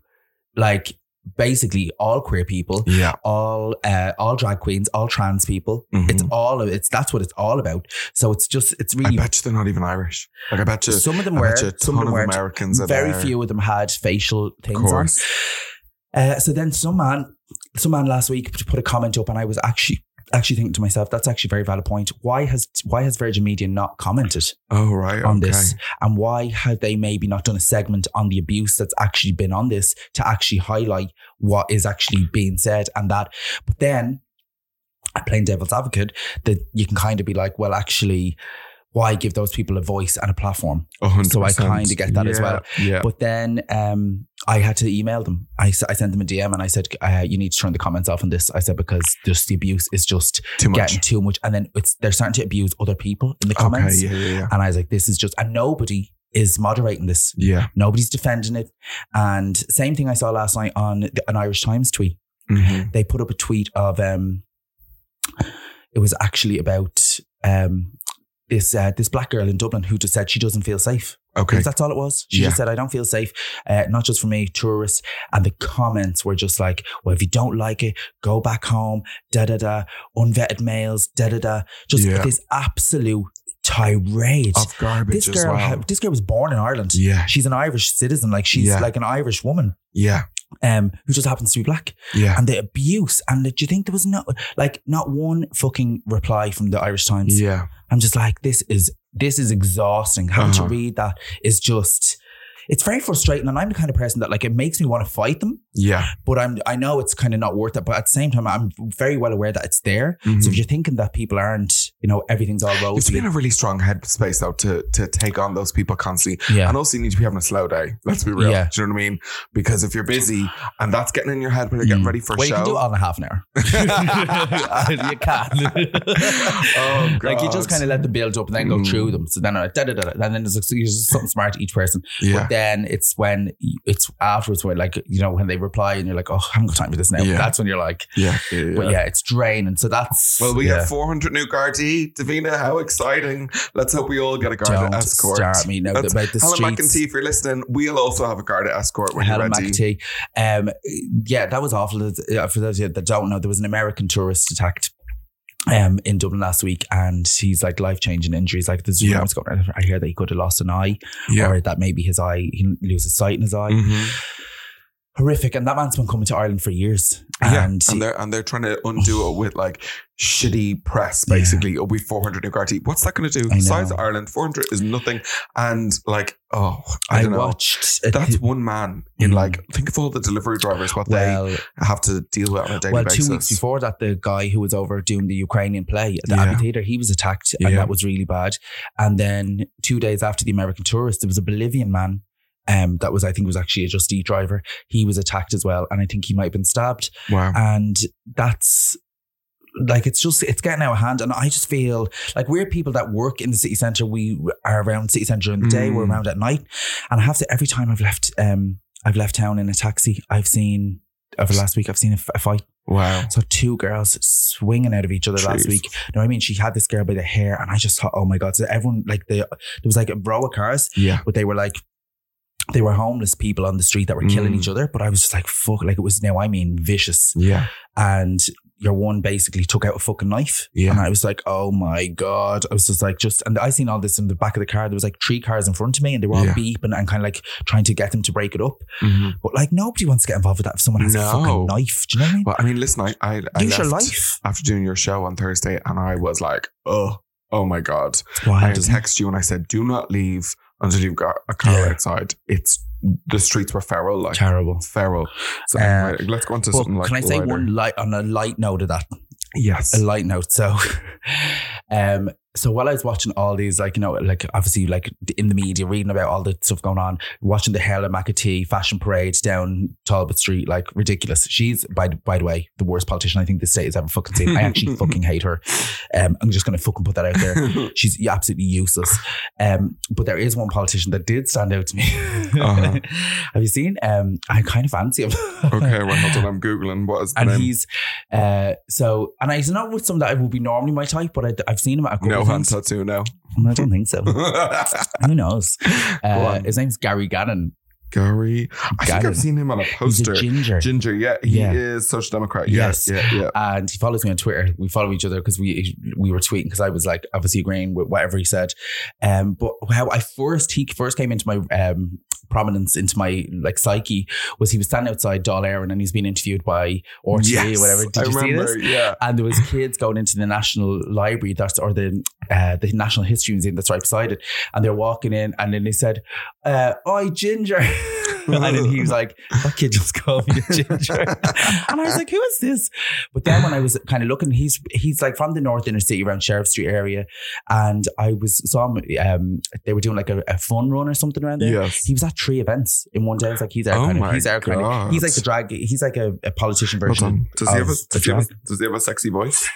[SPEAKER 2] like basically all queer people
[SPEAKER 3] yeah,
[SPEAKER 2] all uh, all drag queens all trans people
[SPEAKER 3] Mhm.
[SPEAKER 2] it's all of it's that's what it's all about so it's just it's
[SPEAKER 3] I
[SPEAKER 2] really
[SPEAKER 3] bet you they're not even Irish. Like I bet you,
[SPEAKER 2] some of them
[SPEAKER 3] I
[SPEAKER 2] were
[SPEAKER 3] bet you a
[SPEAKER 2] some
[SPEAKER 3] ton
[SPEAKER 2] of them
[SPEAKER 3] of
[SPEAKER 2] weren't
[SPEAKER 3] Americans. are
[SPEAKER 2] very
[SPEAKER 3] there.
[SPEAKER 2] few of them had facial things on
[SPEAKER 3] course.
[SPEAKER 2] uh, so then some man some man last week put a comment up and i was actually actually thinking to myself that's actually a very valid point why has why has virgin media not commented
[SPEAKER 3] Oh right,
[SPEAKER 2] on
[SPEAKER 3] okay.
[SPEAKER 2] this and why had they maybe not done a segment on the abuse that's actually been on this to actually highlight what is actually being said and that but then playing devil's advocate that you can kind of be like well actually why give those people a voice and a platform
[SPEAKER 3] A hundred
[SPEAKER 2] So I
[SPEAKER 3] percent.
[SPEAKER 2] kinda get that as
[SPEAKER 3] Yeah,
[SPEAKER 2] well.
[SPEAKER 3] Yeah,
[SPEAKER 2] but then um I had to email them. I, s- I sent them a DM and I said, uh, "You need to turn the comments off on this." I said because just the abuse is just
[SPEAKER 3] too much.
[SPEAKER 2] getting too much, and then it's they're starting to abuse other people in the comments.
[SPEAKER 3] Okay, yeah, yeah, yeah.
[SPEAKER 2] And I was like, this is just, and nobody is moderating this.
[SPEAKER 3] Yeah.
[SPEAKER 2] Nobody's defending it. And same thing I saw last night on the, an Irish Times tweet.
[SPEAKER 3] Mhm.
[SPEAKER 2] They put up a tweet of, um, it was actually about um, this uh, this black girl in Dublin who just said she doesn't feel safe.
[SPEAKER 3] Okay.
[SPEAKER 2] That's all it was. She
[SPEAKER 3] Yeah.
[SPEAKER 2] just said, I don't feel safe, uh, not just for me, tourists. And the comments were just like, well, if you don't like it, go back home, da da da, unvetted males, da da da. Just
[SPEAKER 3] Yeah.
[SPEAKER 2] this absolute tirade
[SPEAKER 3] of garbage
[SPEAKER 2] this
[SPEAKER 3] as
[SPEAKER 2] girl,
[SPEAKER 3] well.
[SPEAKER 2] had- this girl was born in Ireland.
[SPEAKER 3] yeah,
[SPEAKER 2] She's an Irish citizen, like she's
[SPEAKER 3] Yeah.
[SPEAKER 2] like an Irish woman,
[SPEAKER 3] yeah,
[SPEAKER 2] um, who just happens to be black.
[SPEAKER 3] yeah.
[SPEAKER 2] And the abuse, and do you think there was no like not one fucking reply from the Irish Times?
[SPEAKER 3] yeah,
[SPEAKER 2] I'm just like, this is this is exhausting. Having
[SPEAKER 3] Uh-huh.
[SPEAKER 2] to read that is just. It's very frustrating, and I'm the kind of person that like it makes me want to fight them,
[SPEAKER 3] yeah.
[SPEAKER 2] but I'm I know it's kind of not worth it. But at the same time, I'm very well aware that it's there. So
[SPEAKER 3] Mhm.
[SPEAKER 2] if you're thinking that people aren't, you know, everything's all
[SPEAKER 3] You have to be in
[SPEAKER 2] rosy,
[SPEAKER 3] a really strong headspace though to to take on those people constantly,
[SPEAKER 2] yeah,
[SPEAKER 3] and also you need to be having a slow day. Let's be real.
[SPEAKER 2] Yeah.
[SPEAKER 3] Do you know what I mean? Because if you're busy and that's getting in your head when you're getting
[SPEAKER 2] Mm.
[SPEAKER 3] ready for a
[SPEAKER 2] well,
[SPEAKER 3] show,
[SPEAKER 2] you can do it all in a half an hour. you
[SPEAKER 3] Oh,
[SPEAKER 2] can. like you
[SPEAKER 3] God.
[SPEAKER 2] just kind of let the build up and then go
[SPEAKER 3] Mm.
[SPEAKER 2] through them. So then, uh, da, da, da, da, and then there's, like, there's just something smart to each person.
[SPEAKER 3] yeah,
[SPEAKER 2] But then it's when you- it's afterwards where like you know when they reply and you're like, oh, I haven't got time for this now.
[SPEAKER 3] Yeah.
[SPEAKER 2] That's when you're like,
[SPEAKER 3] Yeah. yeah,
[SPEAKER 2] but yeah, it's draining. So that's
[SPEAKER 3] Well, we
[SPEAKER 2] yeah.
[SPEAKER 3] have 400 new Gardaí. Davina, how exciting. Let's hope we all get a Garda
[SPEAKER 2] Don't
[SPEAKER 3] escort.
[SPEAKER 2] start me now
[SPEAKER 3] That's-
[SPEAKER 2] about the
[SPEAKER 3] Helen
[SPEAKER 2] streets.
[SPEAKER 3] McEntee, if you're listening, we'll also have a Garda escort when
[SPEAKER 2] Helen
[SPEAKER 3] you're ready.
[SPEAKER 2] McTee. Um, yeah, that was awful. Uh, For those of you that don't know, there was an American tourist attacked um, in Dublin last week, and he's like life changing injuries. Like there's
[SPEAKER 3] Yeah.
[SPEAKER 2] rumors going around. I hear that he could have lost an eye, or that maybe his eye he loses sight in his eye.
[SPEAKER 3] Mhm.
[SPEAKER 2] Horrific. And that man's been coming to Ireland for years,
[SPEAKER 3] Yeah,
[SPEAKER 2] and.
[SPEAKER 3] and,
[SPEAKER 2] he-
[SPEAKER 3] they're and they're trying to undo it with like shitty press, basically. Oh, we 400 new Gardaí. What's that going to do?
[SPEAKER 2] I know.
[SPEAKER 3] Besides Ireland, 400 is nothing. And like, oh, I,
[SPEAKER 2] I
[SPEAKER 3] don't know.
[SPEAKER 2] watched.
[SPEAKER 3] That's one man in
[SPEAKER 2] Mm.
[SPEAKER 3] like think of all the delivery drivers what
[SPEAKER 2] well,
[SPEAKER 3] they have to deal with on a daily
[SPEAKER 2] well,
[SPEAKER 3] basis.
[SPEAKER 2] two weeks before that, the guy who was over doing the Ukrainian play at the
[SPEAKER 3] Yeah.
[SPEAKER 2] Abbey Theatre, he was attacked, and
[SPEAKER 3] Yeah.
[SPEAKER 2] that was really bad. And then two days after the American tourist, there was a Bolivian man. Um, that was, I think, was actually a Just Eat driver. He was attacked as well, and I think he might have been stabbed.
[SPEAKER 3] Wow.
[SPEAKER 2] And that's like it's just it's getting out of hand, and I just feel like we're people that work in the city centre. We are around city centre during the day. We're
[SPEAKER 3] Mm.
[SPEAKER 2] around at night, and I have to every time I've left, um, I've left town in a taxi. I've seen over the last week, I've seen a f- a fight.
[SPEAKER 3] Wow.
[SPEAKER 2] So two girls swinging out of each other last
[SPEAKER 3] Jeez.
[SPEAKER 2] week. No, I mean she had this girl by the hair, and I just thought, oh my god! So everyone like the there was like a row of cars,
[SPEAKER 3] Yeah.
[SPEAKER 2] but they were like they were homeless people on the street that were killing
[SPEAKER 3] Mm.
[SPEAKER 2] each other. But I was just like, fuck! Like it was now. I mean, vicious.
[SPEAKER 3] Yeah.
[SPEAKER 2] And your one basically took out a fucking knife,
[SPEAKER 3] Yeah.
[SPEAKER 2] and I was like, oh my god! I was just like, just and I seen all this in the back of the car. There was like three cars in front of me, and they were all
[SPEAKER 3] Yeah.
[SPEAKER 2] beeping and kind of like trying to get them to break it up.
[SPEAKER 3] Mhm.
[SPEAKER 2] But like nobody wants to get involved with that if someone has a
[SPEAKER 3] No.
[SPEAKER 2] fucking knife. Do you know what I mean?
[SPEAKER 3] Well, I mean, listen, I, I, I
[SPEAKER 2] Use your
[SPEAKER 3] left
[SPEAKER 2] life.
[SPEAKER 3] after doing your show on Thursday and I was like, oh, oh my God.
[SPEAKER 2] It's wild,
[SPEAKER 3] I
[SPEAKER 2] isn't it?
[SPEAKER 3] text you and I said, do not leave until you've got a car
[SPEAKER 2] Yeah.
[SPEAKER 3] outside. It's the streets were feral, like
[SPEAKER 2] Terrible.
[SPEAKER 3] feral. So
[SPEAKER 2] Uh,
[SPEAKER 3] anyway, let's go on to
[SPEAKER 2] But
[SPEAKER 3] something like
[SPEAKER 2] can I say
[SPEAKER 3] lighter.
[SPEAKER 2] one light on a light note of that?
[SPEAKER 3] Yes.
[SPEAKER 2] A light note. So, um, so while I was watching all these, like you know, like obviously, like in the media, reading about all the stuff going on, watching the Helen McAtee fashion parade down Talbot Street, like ridiculous. She's by the- by the way the worst politician I think the state has ever fucking seen. I actually fucking hate her. Um, I'm just gonna fucking put that out there. She's absolutely useless. Um, but there is one politician that did stand out to me.
[SPEAKER 3] Uh-huh.
[SPEAKER 2] Have you seen? Um, I kind of fancy him.
[SPEAKER 3] okay, well, hold on. I'm Googling. What is the
[SPEAKER 2] and
[SPEAKER 3] name?
[SPEAKER 2] he's uh, so, and he's not with some that would be normally my type, but I, have seen him at a couple
[SPEAKER 3] no
[SPEAKER 2] of
[SPEAKER 3] hand
[SPEAKER 2] things.
[SPEAKER 3] tattoo, no.
[SPEAKER 2] I don't think so. Who knows? Uh,
[SPEAKER 3] on.
[SPEAKER 2] his name's Gary Gannon.
[SPEAKER 3] Gary. I think
[SPEAKER 2] Gannon.
[SPEAKER 3] I've seen him on a poster.
[SPEAKER 2] He's a ginger.
[SPEAKER 3] Ginger, yeah. He
[SPEAKER 2] Yeah.
[SPEAKER 3] is Social Democrat. Yeah,
[SPEAKER 2] Yes.
[SPEAKER 3] Yeah, yeah.
[SPEAKER 2] and he follows me on Twitter. We follow each other because we we were tweeting because I was like obviously agreeing with whatever he said. Um, but how I first he first came into my um prominence into my like psyche was he was standing outside Doll Aaron and he's been interviewed by RTE or whatever. Did
[SPEAKER 3] I
[SPEAKER 2] you see
[SPEAKER 3] remember,
[SPEAKER 2] this?
[SPEAKER 3] Yeah.
[SPEAKER 2] and there was kids going into the National Library that's or the uh, the National History Museum that's right beside it, and they're walking in, and then they said, uh, "Oi, Ginger," and then he was like, "That kid just called me a Ginger," and I was like, "Who is this?" But then when I was kind of looking, he's he's like from the North Inner City around Sheriff Street area, and I was saw him. Um, they were doing like a, a fun run or something around there.
[SPEAKER 3] Yes.
[SPEAKER 2] He was at three events in one day. I was like, he's our
[SPEAKER 3] Oh
[SPEAKER 2] kind of,
[SPEAKER 3] my
[SPEAKER 2] he's our kind of,
[SPEAKER 3] God.
[SPEAKER 2] he's like the drag, he's like a, a politician
[SPEAKER 3] Hold
[SPEAKER 2] version.
[SPEAKER 3] on. Does he,
[SPEAKER 2] of
[SPEAKER 3] have a,
[SPEAKER 2] the
[SPEAKER 3] does, he have
[SPEAKER 2] drag.
[SPEAKER 3] a, does he have a sexy voice?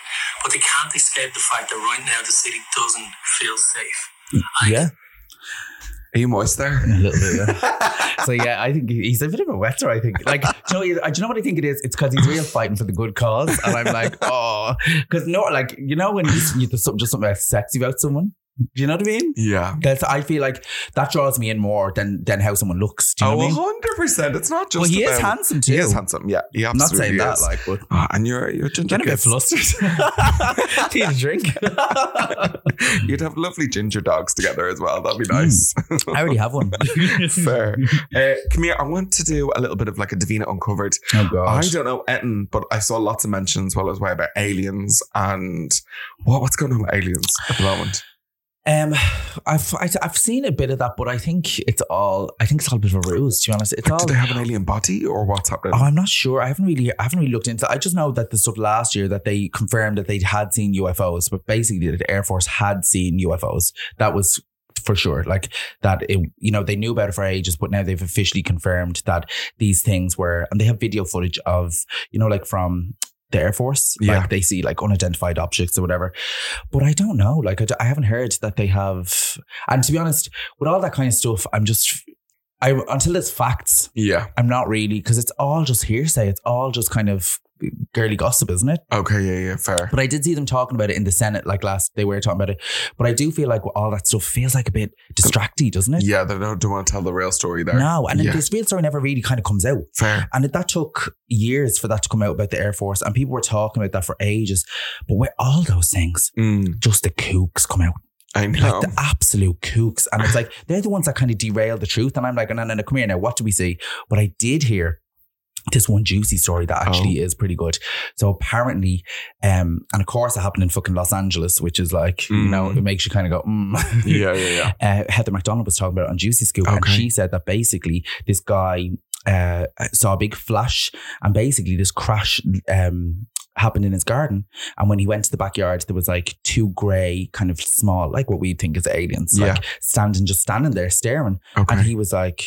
[SPEAKER 4] but they can't escape the fact that right now the city doesn't feel safe.
[SPEAKER 2] Yeah,
[SPEAKER 3] Are you moist there?
[SPEAKER 2] a little bit. Yeah. so yeah, I think he's a bit of a wetter. I think. Like, do you know, do you know what I think it is? It's because he's real fighting for the good cause, and I'm like, oh, because no, like you know when you, you, there's something, just something that's sexy about someone. Do you know what I mean?
[SPEAKER 3] Yeah.
[SPEAKER 2] That's I feel like that draws me in more than than how someone looks. Do you know
[SPEAKER 3] Oh,
[SPEAKER 2] what I mean?
[SPEAKER 3] 100%. It's not just
[SPEAKER 2] Well, he is
[SPEAKER 3] about-
[SPEAKER 2] handsome too.
[SPEAKER 3] He is handsome. Yeah, he
[SPEAKER 2] I'm not
[SPEAKER 3] absolutely
[SPEAKER 2] saying that,
[SPEAKER 3] is.
[SPEAKER 2] like, but
[SPEAKER 3] Ah, and you're you're ginger.
[SPEAKER 2] getting a bit
[SPEAKER 3] kids.
[SPEAKER 2] flustered. Need a drink.
[SPEAKER 3] You'd have lovely ginger dogs together as well. That'd be nice.
[SPEAKER 2] Mm. I already have one.
[SPEAKER 3] Fair. Uh, come here. I want to do a little bit of like a Davina uncovered.
[SPEAKER 2] Oh
[SPEAKER 3] I don't know Eton, but I saw lots of mentions while I was away about aliens and what what's going on with aliens at the moment.
[SPEAKER 2] Um, I've I, I've seen a bit of that, but I think it's all I think it's all a bit of a ruse. To be honest, it's
[SPEAKER 3] Like,
[SPEAKER 2] all.
[SPEAKER 3] do they have an alien body or what's happening?
[SPEAKER 2] Oh, I'm not sure. I haven't really I haven't really looked into. I just know that the stuff last year that they confirmed that they had seen UFOs, but basically that the Air Force had seen UFOs. That was for sure. Like that, it, you know, they knew about it for ages, but now they've officially confirmed that these things were, and they have video footage of, you know, like from. The Air Force, like
[SPEAKER 3] Yeah.
[SPEAKER 2] they see like unidentified objects or whatever, but I don't know. Like I, d- I haven't heard that they have. And to be honest, with all that kind of stuff, I'm just I until it's facts,
[SPEAKER 3] Yeah.
[SPEAKER 2] I'm not really because it's all just hearsay. It's all just kind of girly gossip, isn't it?
[SPEAKER 3] Okay. Yeah. Yeah. Fair.
[SPEAKER 2] But I did see them talking about it in the Senate, like last they were talking about it. But I do feel like all that stuff feels like a bit distracty, doesn't it?
[SPEAKER 3] Yeah. They don't, don't want to tell the real story there.
[SPEAKER 2] No, and then
[SPEAKER 3] Yeah.
[SPEAKER 2] this real story never really kind of comes out.
[SPEAKER 3] Fair.
[SPEAKER 2] And it- that took years for that to come out about the Air Force, and people were talking about that for ages. But with all those things,
[SPEAKER 3] Mm,
[SPEAKER 2] just the kooks come out,
[SPEAKER 3] I know.
[SPEAKER 2] like the absolute kooks, and it's like they're the ones that kind of derail the truth. And I'm like, no, no, no, come here now. What do we see? But I did hear this one juicy story that
[SPEAKER 3] Oh.
[SPEAKER 2] actually is pretty good. So apparently, um, and of course, it happened in fucking Los Angeles, which is like you know,
[SPEAKER 3] Mm.
[SPEAKER 2] it makes you kind of go, mm.
[SPEAKER 3] yeah. Yeah. Yeah.
[SPEAKER 2] uh, Heather McDonald was talking about it on Juicy Scoop, and
[SPEAKER 3] Okay.
[SPEAKER 2] she said that basically this guy uh, saw a big flash, and basically this crash um, happened in his garden. And when he went to the backyard, there was like two grey, kind of small, like what we think is aliens, like standing, just standing there staring.
[SPEAKER 3] Okay.
[SPEAKER 2] And he was like.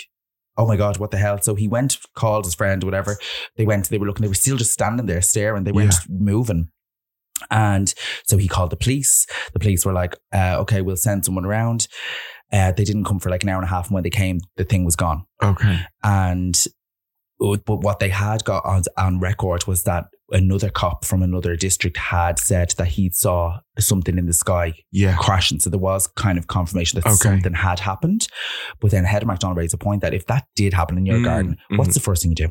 [SPEAKER 2] Oh my God, what the hell? So he went, called his friend, whatever. They went, they were looking, they were still just standing there staring. They weren't moving. And so he called the police. The police were like, uh, okay, we'll send someone around. Uh, they didn't come for like an hour and a half. And when they came, the thing was gone.
[SPEAKER 3] okay.
[SPEAKER 2] And but what they had got on, on record was that another cop from another district had said that he saw something in the sky
[SPEAKER 3] Yeah.
[SPEAKER 2] crashing. So there was kind of confirmation that
[SPEAKER 3] Okay.
[SPEAKER 2] something had happened. But then Heather McDonald raised a point that if that did happen in your
[SPEAKER 3] Mm,
[SPEAKER 2] garden, what's the first thing you do?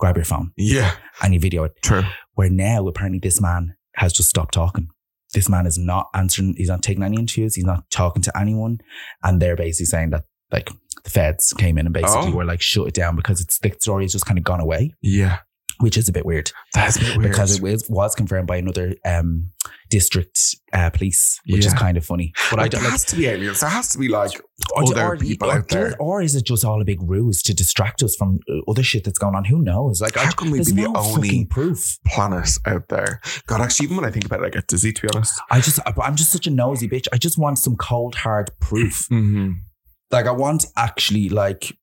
[SPEAKER 2] Grab your phone
[SPEAKER 3] Yeah.
[SPEAKER 2] and you video it
[SPEAKER 3] True.
[SPEAKER 2] where now apparently this man has just stopped talking. This man is not answering. He's not taking any interviews. He's not talking to anyone. And they're basically saying that like the feds came in and basically
[SPEAKER 3] Oh.
[SPEAKER 2] were like shut it down because it's the story has just kind of gone away,
[SPEAKER 3] Yeah.
[SPEAKER 2] which is a bit weird
[SPEAKER 3] That's a bit weird.
[SPEAKER 2] because it was, was confirmed by another um, district uh, police, which is
[SPEAKER 3] Yeah.
[SPEAKER 2] kind of funny. But I
[SPEAKER 3] Like,
[SPEAKER 2] don't
[SPEAKER 3] there
[SPEAKER 2] like.
[SPEAKER 3] has to be aliens. There has to be like other people
[SPEAKER 2] or,
[SPEAKER 3] out there.
[SPEAKER 2] or is it just all a big ruse to distract us from uh, other shit that's going on? Who knows? Like,
[SPEAKER 3] How
[SPEAKER 2] I,
[SPEAKER 3] can we
[SPEAKER 2] there's
[SPEAKER 3] be the
[SPEAKER 2] no
[SPEAKER 3] only-
[SPEAKER 2] fucking proof.
[SPEAKER 3] planet out there. God, actually, even when I think about it, I get dizzy. To be honest.
[SPEAKER 2] I just, I- I'm just such a nosy bitch. I just want some cold hard proof.
[SPEAKER 3] Mm-hmm.
[SPEAKER 2] like, I want actually, like,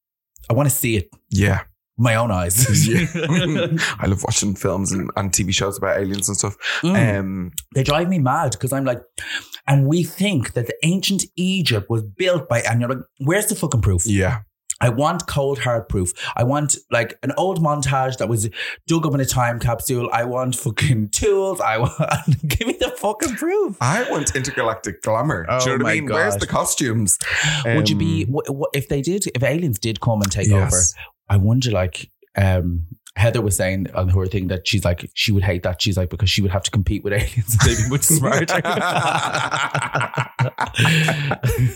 [SPEAKER 2] I want to see it with
[SPEAKER 3] Yeah.
[SPEAKER 2] my own eyes. Um,
[SPEAKER 3] yeah. I love watching films and, and TV shows about aliens and stuff.
[SPEAKER 2] Mm.
[SPEAKER 3] Um,
[SPEAKER 2] they drive me mad because I'm like, and we think that the ancient Egypt was built by, and you're like, where's the fucking proof?
[SPEAKER 3] yeah.
[SPEAKER 2] I want cold hard proof. I want like an old montage that was dug up in a time capsule. I want fucking tools. I want, give me the fucking proof.
[SPEAKER 3] I want intergalactic glamour. Do
[SPEAKER 2] Oh
[SPEAKER 3] you know what
[SPEAKER 2] my
[SPEAKER 3] I mean? Where's
[SPEAKER 2] God.
[SPEAKER 3] the costumes?
[SPEAKER 2] Would you be,
[SPEAKER 3] Um,
[SPEAKER 2] wh- wh- if they did, if aliens did come and take over,
[SPEAKER 3] yes.
[SPEAKER 2] I wonder, like, um, Heather was saying on her thing that she's like, she would hate that. She's like, because she would have to compete with aliens. They'd be much smarter.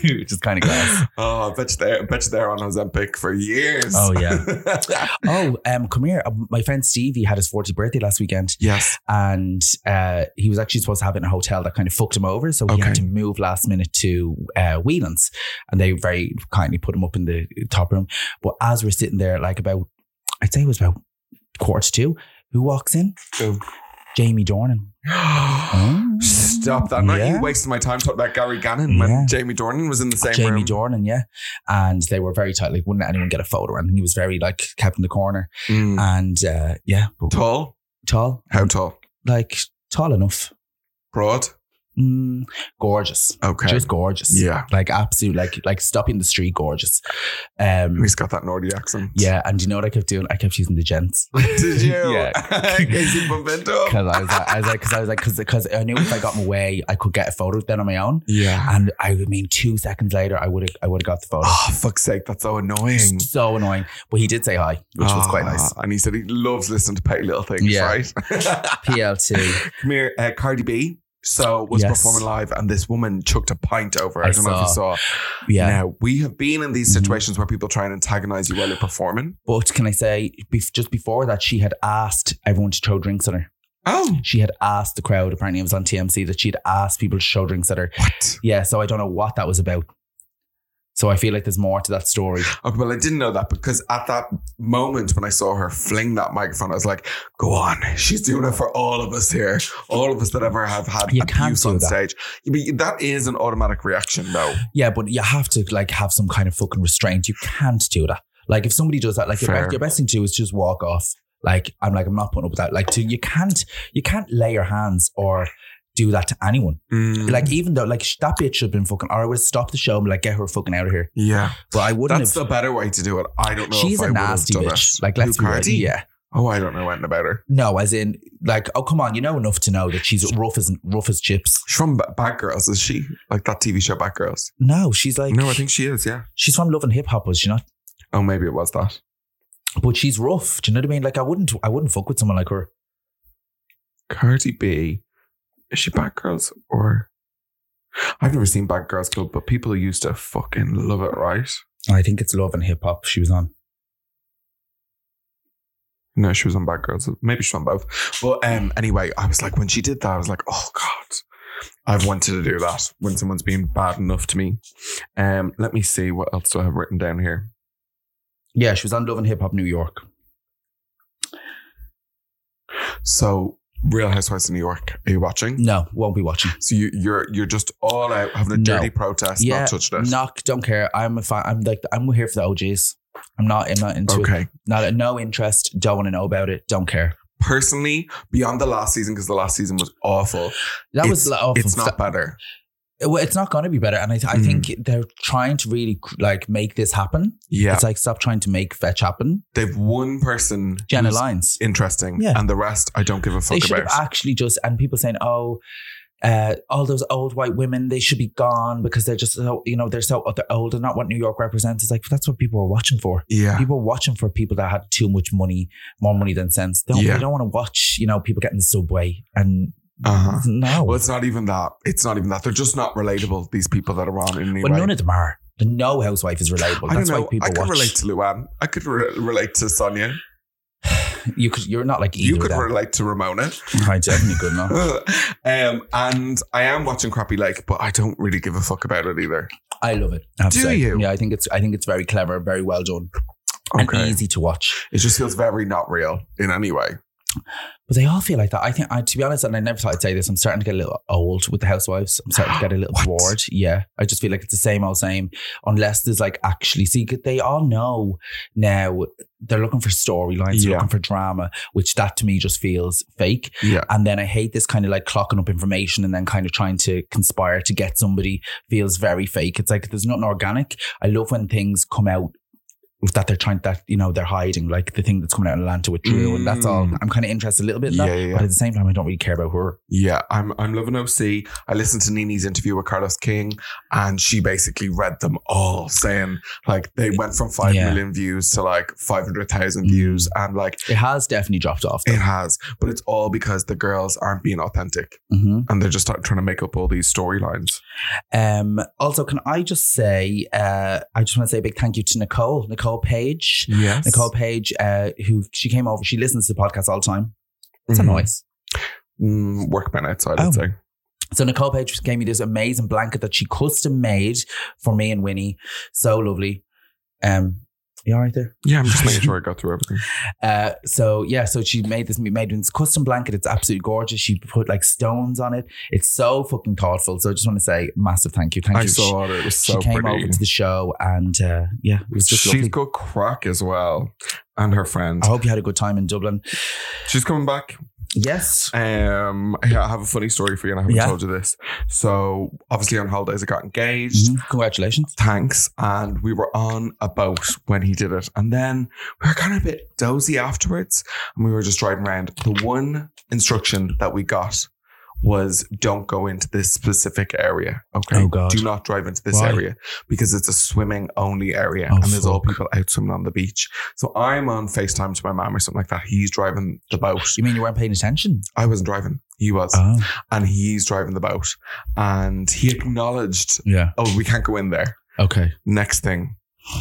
[SPEAKER 2] Which is kind of class.
[SPEAKER 3] Oh, I bet you they're, I bet you they're on Ozempic for years.
[SPEAKER 2] Oh,
[SPEAKER 3] yeah.
[SPEAKER 2] Oh, um, come here. Um, My friend Stevie had his 40th birthday last weekend
[SPEAKER 3] yes.
[SPEAKER 2] and uh, he was actually supposed to have it in a hotel that kind of fucked him over. So he
[SPEAKER 3] Okay.
[SPEAKER 2] had to move last minute to uh, Whelan's and they very kindly put him up in the top room. But as we're sitting there, like about, I'd say it was about quarter to two, who walks in?
[SPEAKER 3] Who?
[SPEAKER 2] Jamie Dornan. Oh.
[SPEAKER 3] Stop that. Not
[SPEAKER 2] Yeah.
[SPEAKER 3] you wasting my time talking about Gary Gannon when
[SPEAKER 2] Yeah.
[SPEAKER 3] Jamie Dornan was in the same
[SPEAKER 2] Jamie
[SPEAKER 3] room.
[SPEAKER 2] Dornan, yeah. And they were very tight, like wouldn't let anyone get a photo. And he was very like kept in the corner.
[SPEAKER 3] Mm.
[SPEAKER 2] And uh, yeah, but
[SPEAKER 3] Tall?
[SPEAKER 2] tall,
[SPEAKER 3] How tall?
[SPEAKER 2] like tall enough.
[SPEAKER 3] Broad?
[SPEAKER 2] Mm, gorgeous.
[SPEAKER 3] Okay.
[SPEAKER 2] Just gorgeous.
[SPEAKER 3] Yeah.
[SPEAKER 2] Like absolute, like like stopping the street, gorgeous. Um,
[SPEAKER 3] He's got that naughty accent.
[SPEAKER 2] yeah. And you know what I kept doing? I kept using the gents.
[SPEAKER 3] Did you?
[SPEAKER 2] Yeah.
[SPEAKER 3] Casey Pimento?
[SPEAKER 2] Because I was like, I was like, because I was like, because I knew if I got my way, I could get a photo then on my own.
[SPEAKER 3] Yeah.
[SPEAKER 2] And I mean, two seconds later, I would have, I would have got the photo.
[SPEAKER 3] Oh, fuck's sake. That's so annoying.
[SPEAKER 2] so annoying. But he did say hi, which was quite
[SPEAKER 3] Ah,
[SPEAKER 2] nice.
[SPEAKER 3] And he said he loves listening to petty little things,
[SPEAKER 2] Yeah.
[SPEAKER 3] right?
[SPEAKER 2] PLT.
[SPEAKER 3] Come here, uh, Cardi B. So was
[SPEAKER 2] Yes.
[SPEAKER 3] performing live, and this woman chucked a pint over. her. I,
[SPEAKER 2] I
[SPEAKER 3] don't know if you saw.
[SPEAKER 2] Yeah.
[SPEAKER 3] Now we have been in these
[SPEAKER 2] Mhm.
[SPEAKER 3] situations where people try and antagonize you while you're performing.
[SPEAKER 2] But can I say, bef- just before that, she had asked everyone to throw drinks at her.
[SPEAKER 3] Oh,
[SPEAKER 2] She had asked the crowd, apparently it was on TMC, that she'd asked people to throw drinks at her.
[SPEAKER 3] what?
[SPEAKER 2] Yeah, so I don't know what that was about. So I feel like there's more to that story.
[SPEAKER 3] Okay, well, I didn't know that because at that moment when I saw her fling that microphone, I was like, "Go on, she's doing it for all of us here, all of us that ever have had
[SPEAKER 2] You can't
[SPEAKER 3] abuse
[SPEAKER 2] do
[SPEAKER 3] on
[SPEAKER 2] that.
[SPEAKER 3] stage." But that is an automatic reaction, though.
[SPEAKER 2] Yeah, but you have to like have some kind of fucking restraint. You can't do that. Like if somebody does that, like your
[SPEAKER 3] Fair.
[SPEAKER 2] best, your best thing to do is just walk off. Like I'm like I'm not putting up with that. Like to, you can't you can't lay your hands or do that to anyone.
[SPEAKER 3] Mm.
[SPEAKER 2] Like even though like sh- that bitch should have been fucking, or I would stop the show and be like get her fucking out of here.
[SPEAKER 3] yeah,
[SPEAKER 2] But I wouldn't
[SPEAKER 3] that's
[SPEAKER 2] have.
[SPEAKER 3] the better way to do it. I don't know. if
[SPEAKER 2] she's a
[SPEAKER 3] I would have
[SPEAKER 2] nasty
[SPEAKER 3] done
[SPEAKER 2] bitch.
[SPEAKER 3] It.
[SPEAKER 2] Like let's
[SPEAKER 3] Who,
[SPEAKER 2] be real.
[SPEAKER 3] Cardi?
[SPEAKER 2] Yeah.
[SPEAKER 3] Oh, I don't know anything about her.
[SPEAKER 2] No, as in like oh come on, you know enough to know that she's rough as rough as chips.
[SPEAKER 3] She's from Ba- Batgirls, is she? Like that TV show Batgirls?
[SPEAKER 2] No, she's like
[SPEAKER 3] no, I think she is. Yeah.
[SPEAKER 2] she's from Love and Hip Hop, was she not?
[SPEAKER 3] Oh, maybe it was that.
[SPEAKER 2] But she's rough. Do you know what I mean? Like I wouldn't I wouldn't fuck with someone like her.
[SPEAKER 3] Cardi B. Is she Batgirls or? I've never seen Batgirls Club, but people used to fucking love it, right?
[SPEAKER 2] I think it's Love and Hip Hop she was on.
[SPEAKER 3] No, she was on Bad Girls. Maybe she was on both. But um, anyway, I was like, when she did that, I was like, oh God, I've wanted to do that when someone's been bad enough to me. Um, let me see what else do I have written down here.
[SPEAKER 2] Yeah, she was on Love and Hip Hop New York.
[SPEAKER 3] So, Real Housewives of New York. Are you watching?
[SPEAKER 2] No, won't be watching.
[SPEAKER 3] So you, you're you're just all out having a
[SPEAKER 2] No.
[SPEAKER 3] dirty protest,
[SPEAKER 2] yeah,
[SPEAKER 3] not touching it.
[SPEAKER 2] knock, don't care. I'm a fan. I'm like I'm here for the OGs. I'm not. I'm not into it.
[SPEAKER 3] okay.
[SPEAKER 2] Not no interest. Don't want to know about it. Don't care.
[SPEAKER 3] Personally, beyond the last season because the last season was awful.
[SPEAKER 2] That
[SPEAKER 3] it's,
[SPEAKER 2] was awful.
[SPEAKER 3] It's not better. Mm.
[SPEAKER 2] Well, it's not going to be better. And I, th- I think they're trying to really like make this happen.
[SPEAKER 3] Yeah,
[SPEAKER 2] It's like stop trying to make fetch happen.
[SPEAKER 3] they've one person
[SPEAKER 2] Jenna
[SPEAKER 3] who's
[SPEAKER 2] Lyons.
[SPEAKER 3] interesting,
[SPEAKER 2] Yeah.
[SPEAKER 3] and the rest I don't give a
[SPEAKER 2] They
[SPEAKER 3] fuck
[SPEAKER 2] should have
[SPEAKER 3] about.
[SPEAKER 2] actually just and people saying, oh. Uh, all those old white women, they should be gone because they're just so, you know, they're so oh, they're old and not what New York represents. It's like that's what people are watching for.
[SPEAKER 3] yeah,
[SPEAKER 2] people watching for people that had too much money, more money than sense. Don't
[SPEAKER 3] Yeah.
[SPEAKER 2] they don't want to watch, you know, people getting the subway and
[SPEAKER 3] Uh-huh.
[SPEAKER 2] no.
[SPEAKER 3] Well,
[SPEAKER 2] Well,
[SPEAKER 3] it's not even that. It's not even that. They're just not relatable. These people that are on in any way.
[SPEAKER 2] none of them are. The no housewife is relatable.
[SPEAKER 3] I don't
[SPEAKER 2] That's why
[SPEAKER 3] know.
[SPEAKER 2] people
[SPEAKER 3] I could
[SPEAKER 2] watch.
[SPEAKER 3] relate to Luann. I could re- relate to Sonia.
[SPEAKER 2] You Oh. could, you're not like either
[SPEAKER 3] You
[SPEAKER 2] of
[SPEAKER 3] could
[SPEAKER 2] them.
[SPEAKER 3] relate to Ramona.
[SPEAKER 2] I definitely could not.
[SPEAKER 3] um, and I am watching Crappy Lake, but I don't really give a fuck about it either.
[SPEAKER 2] I love it. I have to
[SPEAKER 3] Do
[SPEAKER 2] say.
[SPEAKER 3] you?
[SPEAKER 2] Yeah, I think it's I think it's very clever, very well done, and easy to watch.
[SPEAKER 3] It just feels very not real in any way.
[SPEAKER 2] But they all feel like that. I think, I, to be honest, and I never thought I'd say this. I'm starting to get a little old with the housewives. I'm starting to get a little
[SPEAKER 3] What?
[SPEAKER 2] bored. Yeah, I just feel like it's the same old same. Unless there's like actually, see, 'cause they all know now they're looking for storylines, they're
[SPEAKER 3] Yeah.
[SPEAKER 2] looking for drama, which that to me just feels fake.
[SPEAKER 3] Yeah.
[SPEAKER 2] And then I hate this kind of like clocking up information and then kind of trying to conspire to get somebody feels very fake. It's like there's nothing organic. I love when things come out that they're trying that you know they're hiding like the thing that's coming out in Atlanta with Drew and that's all.
[SPEAKER 3] Mm.
[SPEAKER 2] I'm kind of interested a little bit in
[SPEAKER 3] Yeah,
[SPEAKER 2] that,
[SPEAKER 3] yeah, yeah.
[SPEAKER 2] but at the same time I don't really care about her.
[SPEAKER 3] Yeah, I'm I'm loving OC. I listened to Nini's interview with Carlos King, and she basically read them all, saying like they went from five million
[SPEAKER 2] Yeah.
[SPEAKER 3] views to like five hundred thousand
[SPEAKER 2] Mm.
[SPEAKER 3] views, and like
[SPEAKER 2] It has definitely dropped off.
[SPEAKER 3] It has, but it's all because the girls aren't being authentic
[SPEAKER 2] hmm
[SPEAKER 3] and they're just trying to make up all these storylines.
[SPEAKER 2] Um, also, can I just say uh, I just want to say a big thank you to Nicole, Nicole Page,
[SPEAKER 3] Yes.
[SPEAKER 2] Nicole Page, uh, who she came over. She listens to the podcast all the time. It's
[SPEAKER 3] Mm-hmm.
[SPEAKER 2] a noise.
[SPEAKER 3] Mm, workmen outside, I'd
[SPEAKER 2] Oh.
[SPEAKER 3] say.
[SPEAKER 2] So Nicole Page gave me this amazing blanket that she custom made for me and Winnie. So lovely. Um, you all right there?
[SPEAKER 3] Yeah, I'm just making sure I got through everything.
[SPEAKER 2] Uh, so yeah, so she made this made this custom blanket. It's absolutely gorgeous. She put like stones on it. It's so fucking thoughtful. So I just want to say massive thank you. Thank
[SPEAKER 3] I
[SPEAKER 2] you. She-
[SPEAKER 3] saw it. It was
[SPEAKER 2] she,
[SPEAKER 3] so
[SPEAKER 2] came
[SPEAKER 3] pretty.
[SPEAKER 2] over to the show and uh, yeah, it was just
[SPEAKER 3] She's
[SPEAKER 2] lovely. Oh.
[SPEAKER 3] got crack as well, and her friend.
[SPEAKER 2] I hope you had a good time in Dublin.
[SPEAKER 3] She's coming back.
[SPEAKER 2] Yes.
[SPEAKER 3] Um, I have a funny story for you, and I haven't
[SPEAKER 2] Yeah.
[SPEAKER 3] told you this. So, obviously, on holidays, I got engaged.
[SPEAKER 2] Mhm. Congratulations.
[SPEAKER 3] thanks and we were on a boat when he did it and then we were kind of a bit dozy afterwards and we were just driving around the one instruction that we got was don't go into this specific area okay
[SPEAKER 2] Oh, God.
[SPEAKER 3] do not drive into this
[SPEAKER 2] Why?
[SPEAKER 3] area because it's a swimming only area
[SPEAKER 2] Oh,
[SPEAKER 3] and there's all
[SPEAKER 2] fuck.
[SPEAKER 3] people out swimming on the beach so i'm on facetime to my mom or something like that he's driving the boat
[SPEAKER 2] You mean you weren't paying attention?
[SPEAKER 3] i wasn't driving he was
[SPEAKER 2] Oh,
[SPEAKER 3] and he's driving the boat and he acknowledged
[SPEAKER 2] yeah.
[SPEAKER 3] oh we can't go in there
[SPEAKER 2] Okay.
[SPEAKER 3] Next thing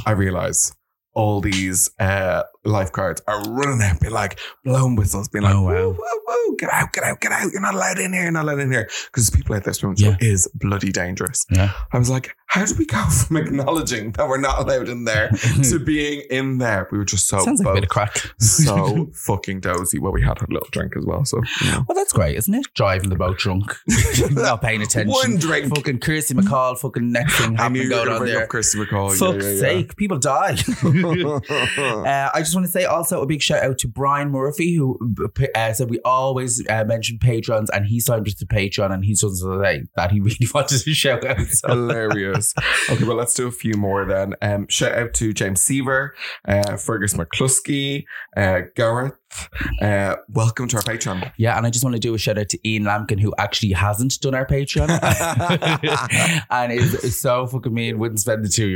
[SPEAKER 3] I realize all these uh, lifeguards are running out, being like blowing whistles, being like,
[SPEAKER 2] Oh, wow.
[SPEAKER 3] woo, woo, woo, get out, get out, get out. You're not allowed in here. You're not allowed in here. Because people out there swimming so
[SPEAKER 2] Yeah.
[SPEAKER 3] it is bloody dangerous.
[SPEAKER 2] Yeah.
[SPEAKER 3] I was like, how do we go from acknowledging that we're not allowed in there to being in there? We were just so
[SPEAKER 2] Sounds like a
[SPEAKER 3] Oh, both
[SPEAKER 2] bit of crack.
[SPEAKER 3] so fucking dozy. Well, we had a little drink as well. So you know.
[SPEAKER 2] Well, that's great, isn't it? Driving the boat drunk, not paying attention.
[SPEAKER 3] one drink.
[SPEAKER 2] Fucking Kirsty McCall, fucking next thing
[SPEAKER 3] I knew
[SPEAKER 2] happening
[SPEAKER 3] you were
[SPEAKER 2] going
[SPEAKER 3] going to
[SPEAKER 2] on
[SPEAKER 3] bring
[SPEAKER 2] there.
[SPEAKER 3] up Kirsty McCall.
[SPEAKER 2] Fuck's
[SPEAKER 3] Yeah, yeah, yeah.
[SPEAKER 2] sake, people die. Uh, I just want to say also a big shout out to Brian Murphy, who uh, said we always uh, mention patrons, and he signed us to Patreon, and he's done something that he really wanted to shout out. So.
[SPEAKER 3] Hilarious. Okay, well, let's do a few more then. Um, shout out to James Seaver, uh, Fergus McCluskey, uh, Gareth. Uh, welcome to our Patreon.
[SPEAKER 2] Yeah, and I just want to do a shout out to Ian Lampkin, who actually hasn't done our Patreon and is, is so fucking mean, wouldn't spend the two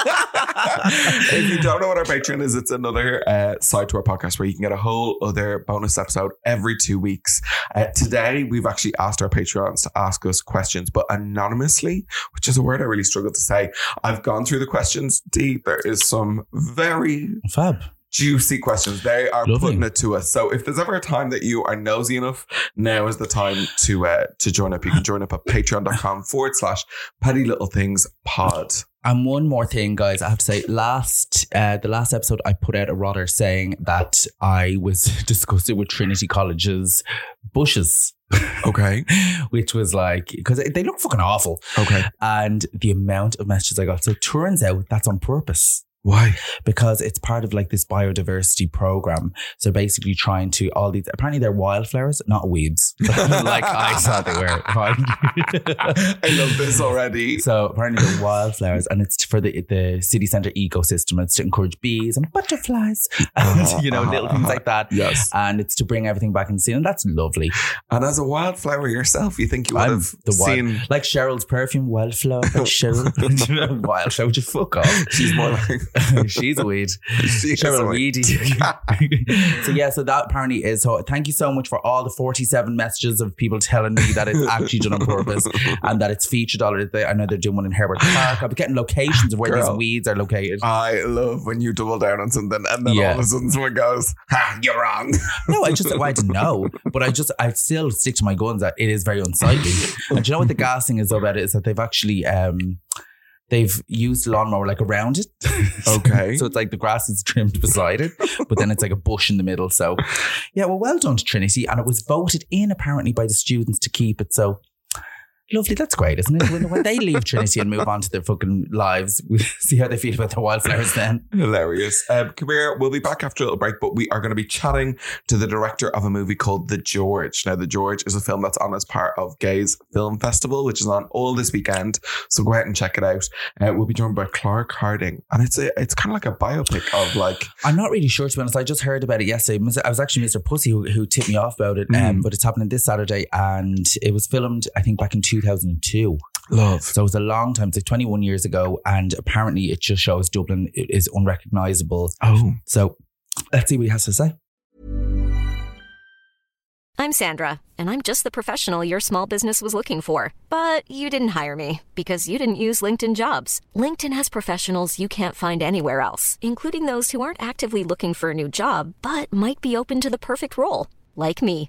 [SPEAKER 2] euros.
[SPEAKER 3] if you don't know what our Patreon is, it's another uh, side to our podcast where you can get a whole other bonus episode every two weeks. Uh, today, we've actually asked our Patreons to ask us questions, but anonymously, which is a word I really struggle to say. I've gone through the questions, Dee. There is some very
[SPEAKER 2] Fab.
[SPEAKER 3] juicy questions. They are
[SPEAKER 2] Lovely.
[SPEAKER 3] putting it to us. So if there's ever a time that you are nosy enough, now is the time to uh, to join up. You can join up at patreon.com forward slash petty little things pod.
[SPEAKER 2] And one more thing, guys, I have to say, last uh, the last episode I put out a rotter saying that I was disgusted with Trinity College's bushes,
[SPEAKER 3] Okay.
[SPEAKER 2] which was like because they look fucking awful,
[SPEAKER 3] Okay.
[SPEAKER 2] and the amount of messages I got. So it turns out that's on purpose
[SPEAKER 3] Why?
[SPEAKER 2] because it's part of like this biodiversity program. So basically, trying to all these apparently they're wildflowers, not weeds, like I thought they were.
[SPEAKER 3] I love this already.
[SPEAKER 2] So apparently they're wildflowers, and it's for the the city center ecosystem. It's to encourage bees and butterflies, and
[SPEAKER 3] Uh-huh,
[SPEAKER 2] you know
[SPEAKER 3] uh-huh,
[SPEAKER 2] little things
[SPEAKER 3] uh-huh.
[SPEAKER 2] like that.
[SPEAKER 3] Yes.
[SPEAKER 2] And it's to bring everything back in scene, and that's lovely.
[SPEAKER 3] And as a wildflower yourself, you think you would
[SPEAKER 2] I'm
[SPEAKER 3] have
[SPEAKER 2] the wild-
[SPEAKER 3] seen.
[SPEAKER 2] Like Cheryl's perfume, wildflower, like Cheryl, wildflower. Just fuck off.
[SPEAKER 3] She's more like.
[SPEAKER 2] She's a weed.
[SPEAKER 3] She is
[SPEAKER 2] Cheryl
[SPEAKER 3] a weed.
[SPEAKER 2] Weedy. so yeah, so that apparently is. So thank you so much for all the forty-seven messages of people telling me that it's actually done on purpose and that it's featured already. I know they're doing one in Herbert Park. I'll be getting locations of where
[SPEAKER 3] Girl.
[SPEAKER 2] these weeds are located.
[SPEAKER 3] I love when you double down on something and then
[SPEAKER 2] Yeah.
[SPEAKER 3] all of a sudden someone goes, Ha, you're wrong.
[SPEAKER 2] No, I just well, I didn't know, but I just I still stick to my guns that it is very unsightly. and do you know what the gas thing is though about it is that they've actually um they've used lawnmower like around it.
[SPEAKER 3] Okay.
[SPEAKER 2] so it's like the grass is trimmed beside it, but then it's like a bush in the middle. So yeah, well, well done to Trinity, and it was voted in apparently by the students to keep it. So. Lovely, that's great, isn't it? When, when they leave Trinity and move on to their fucking lives, we see how they feel about their wildflowers then.
[SPEAKER 3] Hilarious. Um, come here. We'll be back after a little break, but we are going to be chatting to the director of a movie called The George. Now, The George is a film that's on as part of Gay's Film Festival, which is on all this weekend. So go out and check it out. Uh, we'll be joined by Clark Harding, and it's a it's kind of like a biopic of like
[SPEAKER 2] I'm not really sure to be honest. I just heard about it yesterday. Mis- I was actually Mr. Pussy who, who tipped me off about it, um,
[SPEAKER 3] Mm.
[SPEAKER 2] but it's happening this Saturday, and it was filmed I think back in 2002.
[SPEAKER 3] love.
[SPEAKER 2] So it was a long time, it's like 21 years ago, and apparently it just shows Dublin i- is unrecognizable.
[SPEAKER 3] Oh,
[SPEAKER 2] So let's see what he has to say.
[SPEAKER 5] I'm Sandra, and I'm just the professional your small business was looking for. But you didn't hire me because you didn't use LinkedIn jobs. LinkedIn has professionals you can't find anywhere else, including those who aren't actively looking for a new job but might be open to the perfect role, like me.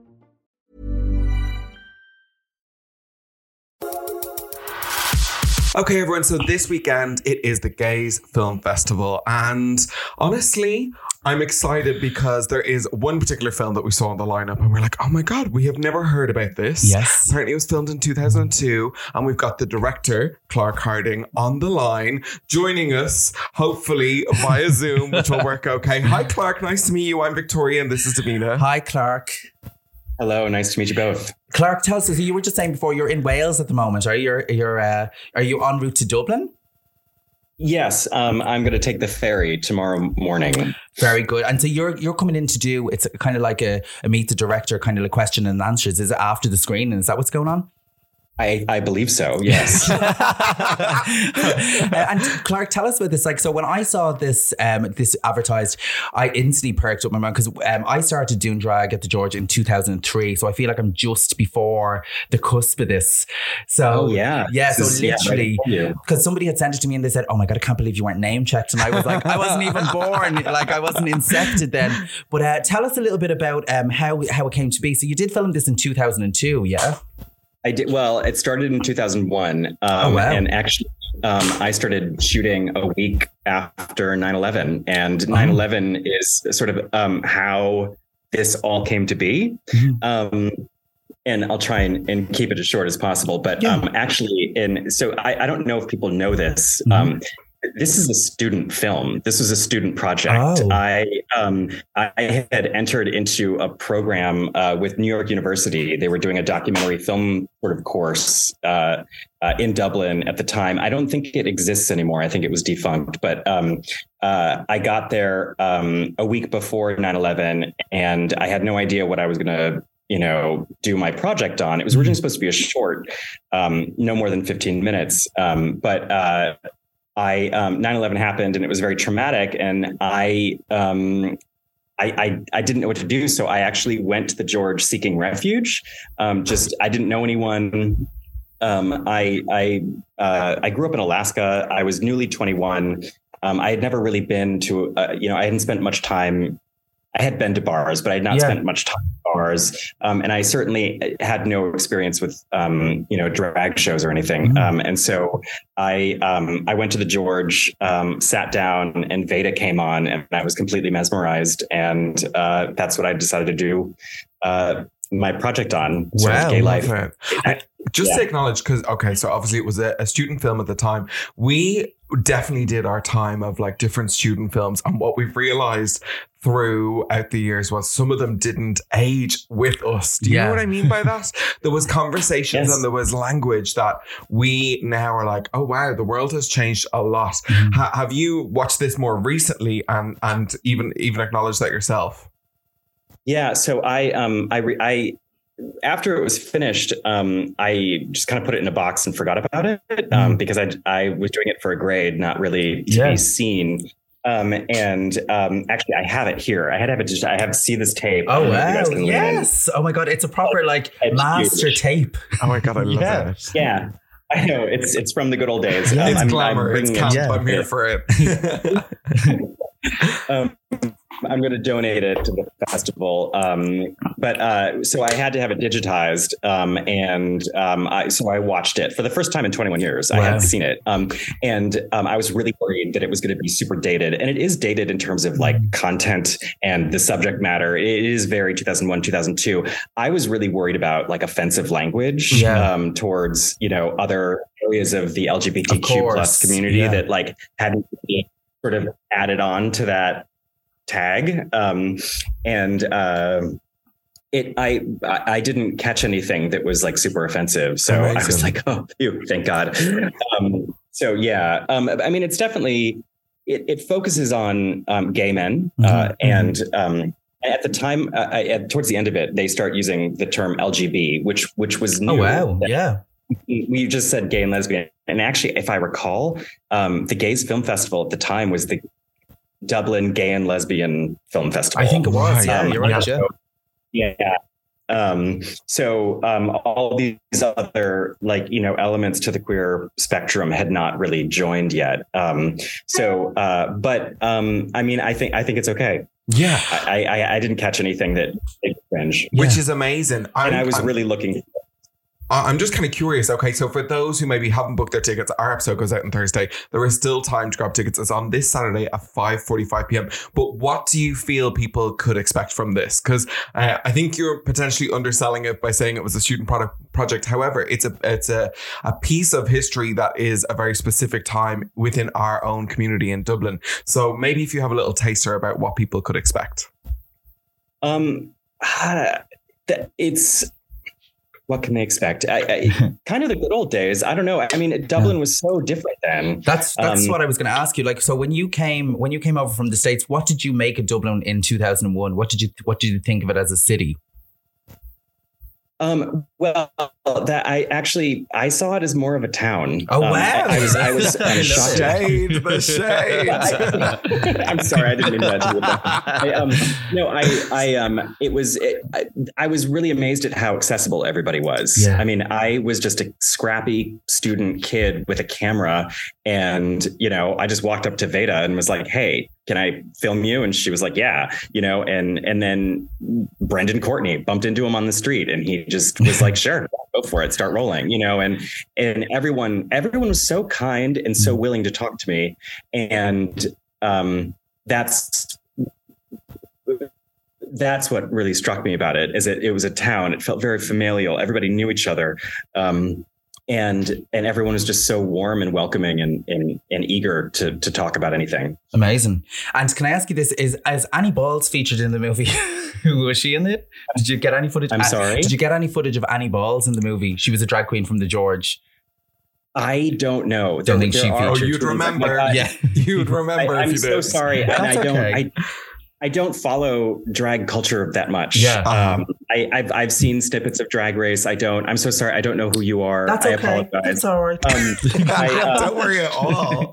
[SPEAKER 3] Okay, everyone. So this weekend it is the Gays Film Festival, and honestly, I'm excited because there is one particular film that we saw on the lineup, and we're like, "Oh my god, we have never heard about this."
[SPEAKER 2] Yes.
[SPEAKER 3] Apparently, it was filmed in 2002, and we've got the director Clark Harding on the line, joining us hopefully via Zoom, which will work okay. Hi, Clark. Nice to meet you. I'm Victoria, and this is Davina.
[SPEAKER 2] Hi, Clark.
[SPEAKER 6] Hello, nice to meet you both.
[SPEAKER 2] Clark, tell us. so You were just saying before you're in Wales at the moment. Are you? You're. Uh, are you en route to Dublin?
[SPEAKER 6] Yes, um, I'm going to take the ferry tomorrow morning.
[SPEAKER 2] Very good. And so you're you're coming in to do it's kind of like a, a meet the director kind of like question and answers. Is it after the screen? And is that what's going on? I, I believe so. Yes.
[SPEAKER 1] Uh, and Clark, tell us about this. Like, so when I saw this um, this advertised, I instantly perked up my mind because um, I started doing drag at the George in 2003. So I feel like I'm just before the cusp of this. So
[SPEAKER 2] Oh, yeah.
[SPEAKER 1] yeah.
[SPEAKER 2] This is-
[SPEAKER 1] So
[SPEAKER 2] yeah, right
[SPEAKER 1] literally,
[SPEAKER 2] before you.
[SPEAKER 1] because somebody had sent it to me and they said, "Oh my god, I can't believe you weren't name checked," and I was like, "I wasn't even born. Like I wasn't incepted then." But uh, tell us a little bit about um, how how it came to be. So you did film this in 2002, yeah?
[SPEAKER 2] I did. Well, it started in 2001. Um,
[SPEAKER 1] wow.
[SPEAKER 2] And actually, um, I started shooting a week after 9 11. And 9 11 is sort of um, how this all came to be. Um, and I'll try and, and keep it as short as possible. But um, actually, in so I, I don't know if people know this. Um, this is a student film. This was a student project. I um, I had entered into a program uh, with New York University. They were doing a documentary film sort of course uh, uh, in Dublin at the time. I don't think it exists anymore. I think it was defunct. But um, uh, I got there um, a week before 9/11, and I had no idea what I was going to you know do my project on. It was originally supposed to be a short, um, no more than 15 minutes. Um, but uh, I um, 9/11 happened and it was very traumatic, and I um, I, I I didn't know what to do, so I actually went to the George seeking refuge. Um, just I didn't know anyone. Um, I I uh, I grew up in Alaska. I was newly 21. Um, I had never really been to uh, you know I hadn't spent much time I had been to bars, but I had not
[SPEAKER 1] Yeah.
[SPEAKER 2] spent much time at bars, um, and I certainly had no experience with um, you know drag shows or anything. Um, and so I um, I went to the George, um, sat down, and Veda came on, and I was completely mesmerized, and uh, that's what I decided to do. Uh, my project on sort of
[SPEAKER 3] Wow,
[SPEAKER 2] gay life.
[SPEAKER 3] love it. Just to
[SPEAKER 2] Yeah.
[SPEAKER 3] acknowledge, because okay, so obviously it was a, a student film at the time. We definitely did our time of like different student films, and what we've realized throughout the years was some of them didn't age with us. Do you
[SPEAKER 1] Yeah.
[SPEAKER 3] know what I mean by that? There was conversations
[SPEAKER 1] Yes.
[SPEAKER 3] and there was language that we now are like, oh wow, the world has changed a lot.
[SPEAKER 2] Mm-hmm.
[SPEAKER 3] Ha- have you watched this more recently and and even even acknowledged that yourself?
[SPEAKER 2] Yeah. So I, um, I, re- I, after it was finished, um, I just kind of put it in a box and forgot about it um, because I, I was doing it for a grade, not really to
[SPEAKER 1] Hmm. Yeah.
[SPEAKER 2] be seen. Um, and um, actually, I have it here. I had have it. Just, I have see this tape. I
[SPEAKER 1] Oh
[SPEAKER 2] don't know if
[SPEAKER 1] wow!
[SPEAKER 2] you guys can lean in.
[SPEAKER 1] Yes. Oh my god! It's a proper like master
[SPEAKER 2] huge.
[SPEAKER 1] tape.
[SPEAKER 3] Oh my god! I love
[SPEAKER 2] yeah.
[SPEAKER 3] it.
[SPEAKER 2] Yeah. I know it's it's from the good old days. Um,
[SPEAKER 3] It's
[SPEAKER 2] I'm- I'm
[SPEAKER 3] glamour. it's
[SPEAKER 2] bringing it
[SPEAKER 3] camp.
[SPEAKER 2] to
[SPEAKER 3] I'm here
[SPEAKER 2] it.
[SPEAKER 3] for it.
[SPEAKER 2] um, I'm going to donate it to the festival. Um, but uh, so I had to have it digitized, um, and um, I, so I watched it for the first time in 21 years. I
[SPEAKER 1] Wow.
[SPEAKER 2] hadn't seen it, um, and um, I was really worried that it was going to be super dated, and it is dated in terms of like
[SPEAKER 1] Mm.
[SPEAKER 2] content and the subject matter. It is very 2001, 2002. I was really worried about like offensive language
[SPEAKER 1] Yeah.
[SPEAKER 2] um, towards you know other areas of the
[SPEAKER 1] Of
[SPEAKER 2] LGBTQ
[SPEAKER 1] course.
[SPEAKER 2] plus community
[SPEAKER 1] Yeah.
[SPEAKER 2] that like hadn't been sort of added on to that tag um and um it I I I didn't catch anything that was like super offensive, so I was
[SPEAKER 3] Amazing.
[SPEAKER 2] like, oh, phew, thank God. Um, so yeah, um, I mean, it's definitely it, it focuses on um, gay men, uh,
[SPEAKER 1] Mhm.
[SPEAKER 2] and um, at the time, uh, I, at, towards the end of it, they start using the term LGB, which which was new.
[SPEAKER 1] Oh wow!
[SPEAKER 2] That-
[SPEAKER 1] Yeah.
[SPEAKER 2] we just said gay and lesbian. And actually, if I recall, um, the Gays Film Festival at the time was the Dublin Gay and Lesbian Film Festival.
[SPEAKER 1] I think it was. Yeah,
[SPEAKER 2] Um,
[SPEAKER 1] you're right. Yeah.
[SPEAKER 2] yeah. Um, so um, all these other like you know elements to the queer spectrum had not really joined yet. Um, so, uh, but um, I mean, I think I think it's okay.
[SPEAKER 3] Yeah.
[SPEAKER 2] I I, I didn't catch anything that made me cringe,
[SPEAKER 3] Which is amazing.
[SPEAKER 2] and
[SPEAKER 3] I'm-
[SPEAKER 2] I was
[SPEAKER 3] I'm-
[SPEAKER 2] really looking.
[SPEAKER 3] I- I'm just kind of curious. Okay, so for those who maybe haven't booked their tickets, our episode goes out on Thursday. There is still time to grab tickets. It's on this Saturday at 5:45 p.m. But what do you feel people could expect from this? Because uh, I think you're potentially underselling it by saying it was a student product project. However, it's a it's a a piece of history that is a very specific time within our own community in Dublin. So maybe if you have a little taster about what people could expect.
[SPEAKER 2] Um, ah, th- it's what can they expect? I, I kind of the good old days. I don't know. I mean, Dublin was so different then.
[SPEAKER 1] That's that's
[SPEAKER 2] Um,
[SPEAKER 1] what I was going to ask you. Like, so when you came when you came over from the states, what did you make of Dublin in 2001? What did you what did you think of it as a city?
[SPEAKER 2] Um, well, Well, that I actually I saw it as more of a town. Um,
[SPEAKER 1] Oh, wow.
[SPEAKER 2] I, I was I was I was shocked.
[SPEAKER 3] Shade, the shade.
[SPEAKER 2] I, am sorry, I didn't mean that. To I, um, no, I I um it was it, I, I was really amazed at how accessible everybody was.
[SPEAKER 1] Yeah.
[SPEAKER 2] I mean, I was just a scrappy student kid with a camera, and you know, I just walked up to Veda and was like, "Hey, can I film you?" And she was like, "Yeah," you know, and and then Brendan Courtney bumped into him on the street, and he just was like, "Sure, go for it, start rolling," you know, and and everyone everyone was so kind and so willing to talk to me, and um, that's that's what really struck me about it is it it was a town it felt very familial everybody knew each other um and and everyone was just so warm and welcoming and and, and eager to to talk about anything
[SPEAKER 1] Amazing. And can I ask you this? Is is Annie Balls featured in the movie? Who was she in it? Did you get any footage?
[SPEAKER 2] I'm sorry?
[SPEAKER 1] Did you get any footage of Annie Balls in the movie? She was a drag queen from the George.
[SPEAKER 2] I don't know.
[SPEAKER 1] Don't think she
[SPEAKER 3] Oh,
[SPEAKER 1] featured.
[SPEAKER 3] you'd remember.
[SPEAKER 1] yeah.
[SPEAKER 3] You'd remember
[SPEAKER 2] I,
[SPEAKER 3] if
[SPEAKER 2] am
[SPEAKER 3] you
[SPEAKER 2] so
[SPEAKER 3] did.
[SPEAKER 2] sorry and
[SPEAKER 1] That's
[SPEAKER 2] i don't
[SPEAKER 1] okay.
[SPEAKER 2] i I don't follow drag culture that much.
[SPEAKER 1] Yeah.
[SPEAKER 2] Um, I, I've, I've seen snippets of Drag Race. I don't. I'm so sorry. I don't know who you are.
[SPEAKER 1] That's
[SPEAKER 2] I
[SPEAKER 1] okay.
[SPEAKER 2] apologize.
[SPEAKER 1] That's all right.
[SPEAKER 2] Um, I, uh,
[SPEAKER 3] Don't worry at all.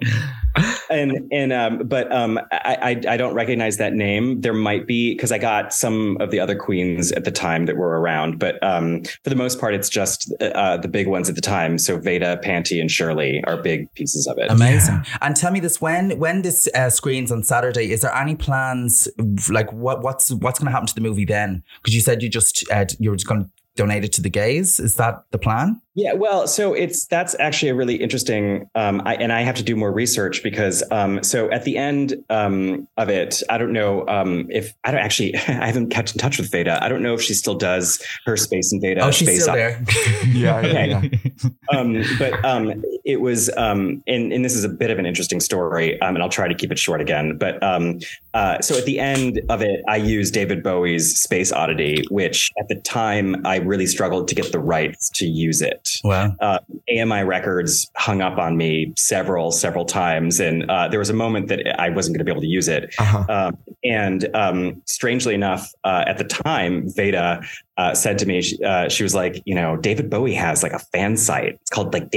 [SPEAKER 2] and and um but um I, I i don't recognize that name there might be because i got some of the other queens at the time that were around but um for the most part it's just uh the big ones at the time so veda panty and shirley are big pieces of it
[SPEAKER 1] Amazing. And tell me this: when when this uh, screens on Saturday, is there any plans? Like what what's what's going to happen to the movie then? Because you said you just uh, you were just going to donate it to the gays. Is that the plan?
[SPEAKER 2] Yeah, well, so it's that's actually a really interesting, um, I, and I have to do more research because um, so at the end um, of it, I don't know um, if I don't actually I haven't kept in touch with Veda. I don't know if she still does her space and Veda.
[SPEAKER 1] oh, she's
[SPEAKER 2] space
[SPEAKER 1] still
[SPEAKER 2] op-
[SPEAKER 1] there.
[SPEAKER 3] Yeah, yeah, yeah.
[SPEAKER 2] um, but um, it was, um, and, and this is a bit of an interesting story, um, and I'll try to keep it short again. But um, uh, so at the end of it, I used David Bowie's Space Oddity, which at the time I really struggled to get the rights to use it.
[SPEAKER 1] Wow.
[SPEAKER 2] Uh, AMI Records hung up on me several, several times, and uh, there was a moment that I wasn't going to be able to use it.
[SPEAKER 3] Uh-huh.
[SPEAKER 2] Um, and um, strangely enough, uh, at the time, Veda uh, said to me, she, uh, she was like, you know, David Bowie has like a fan site. It's called like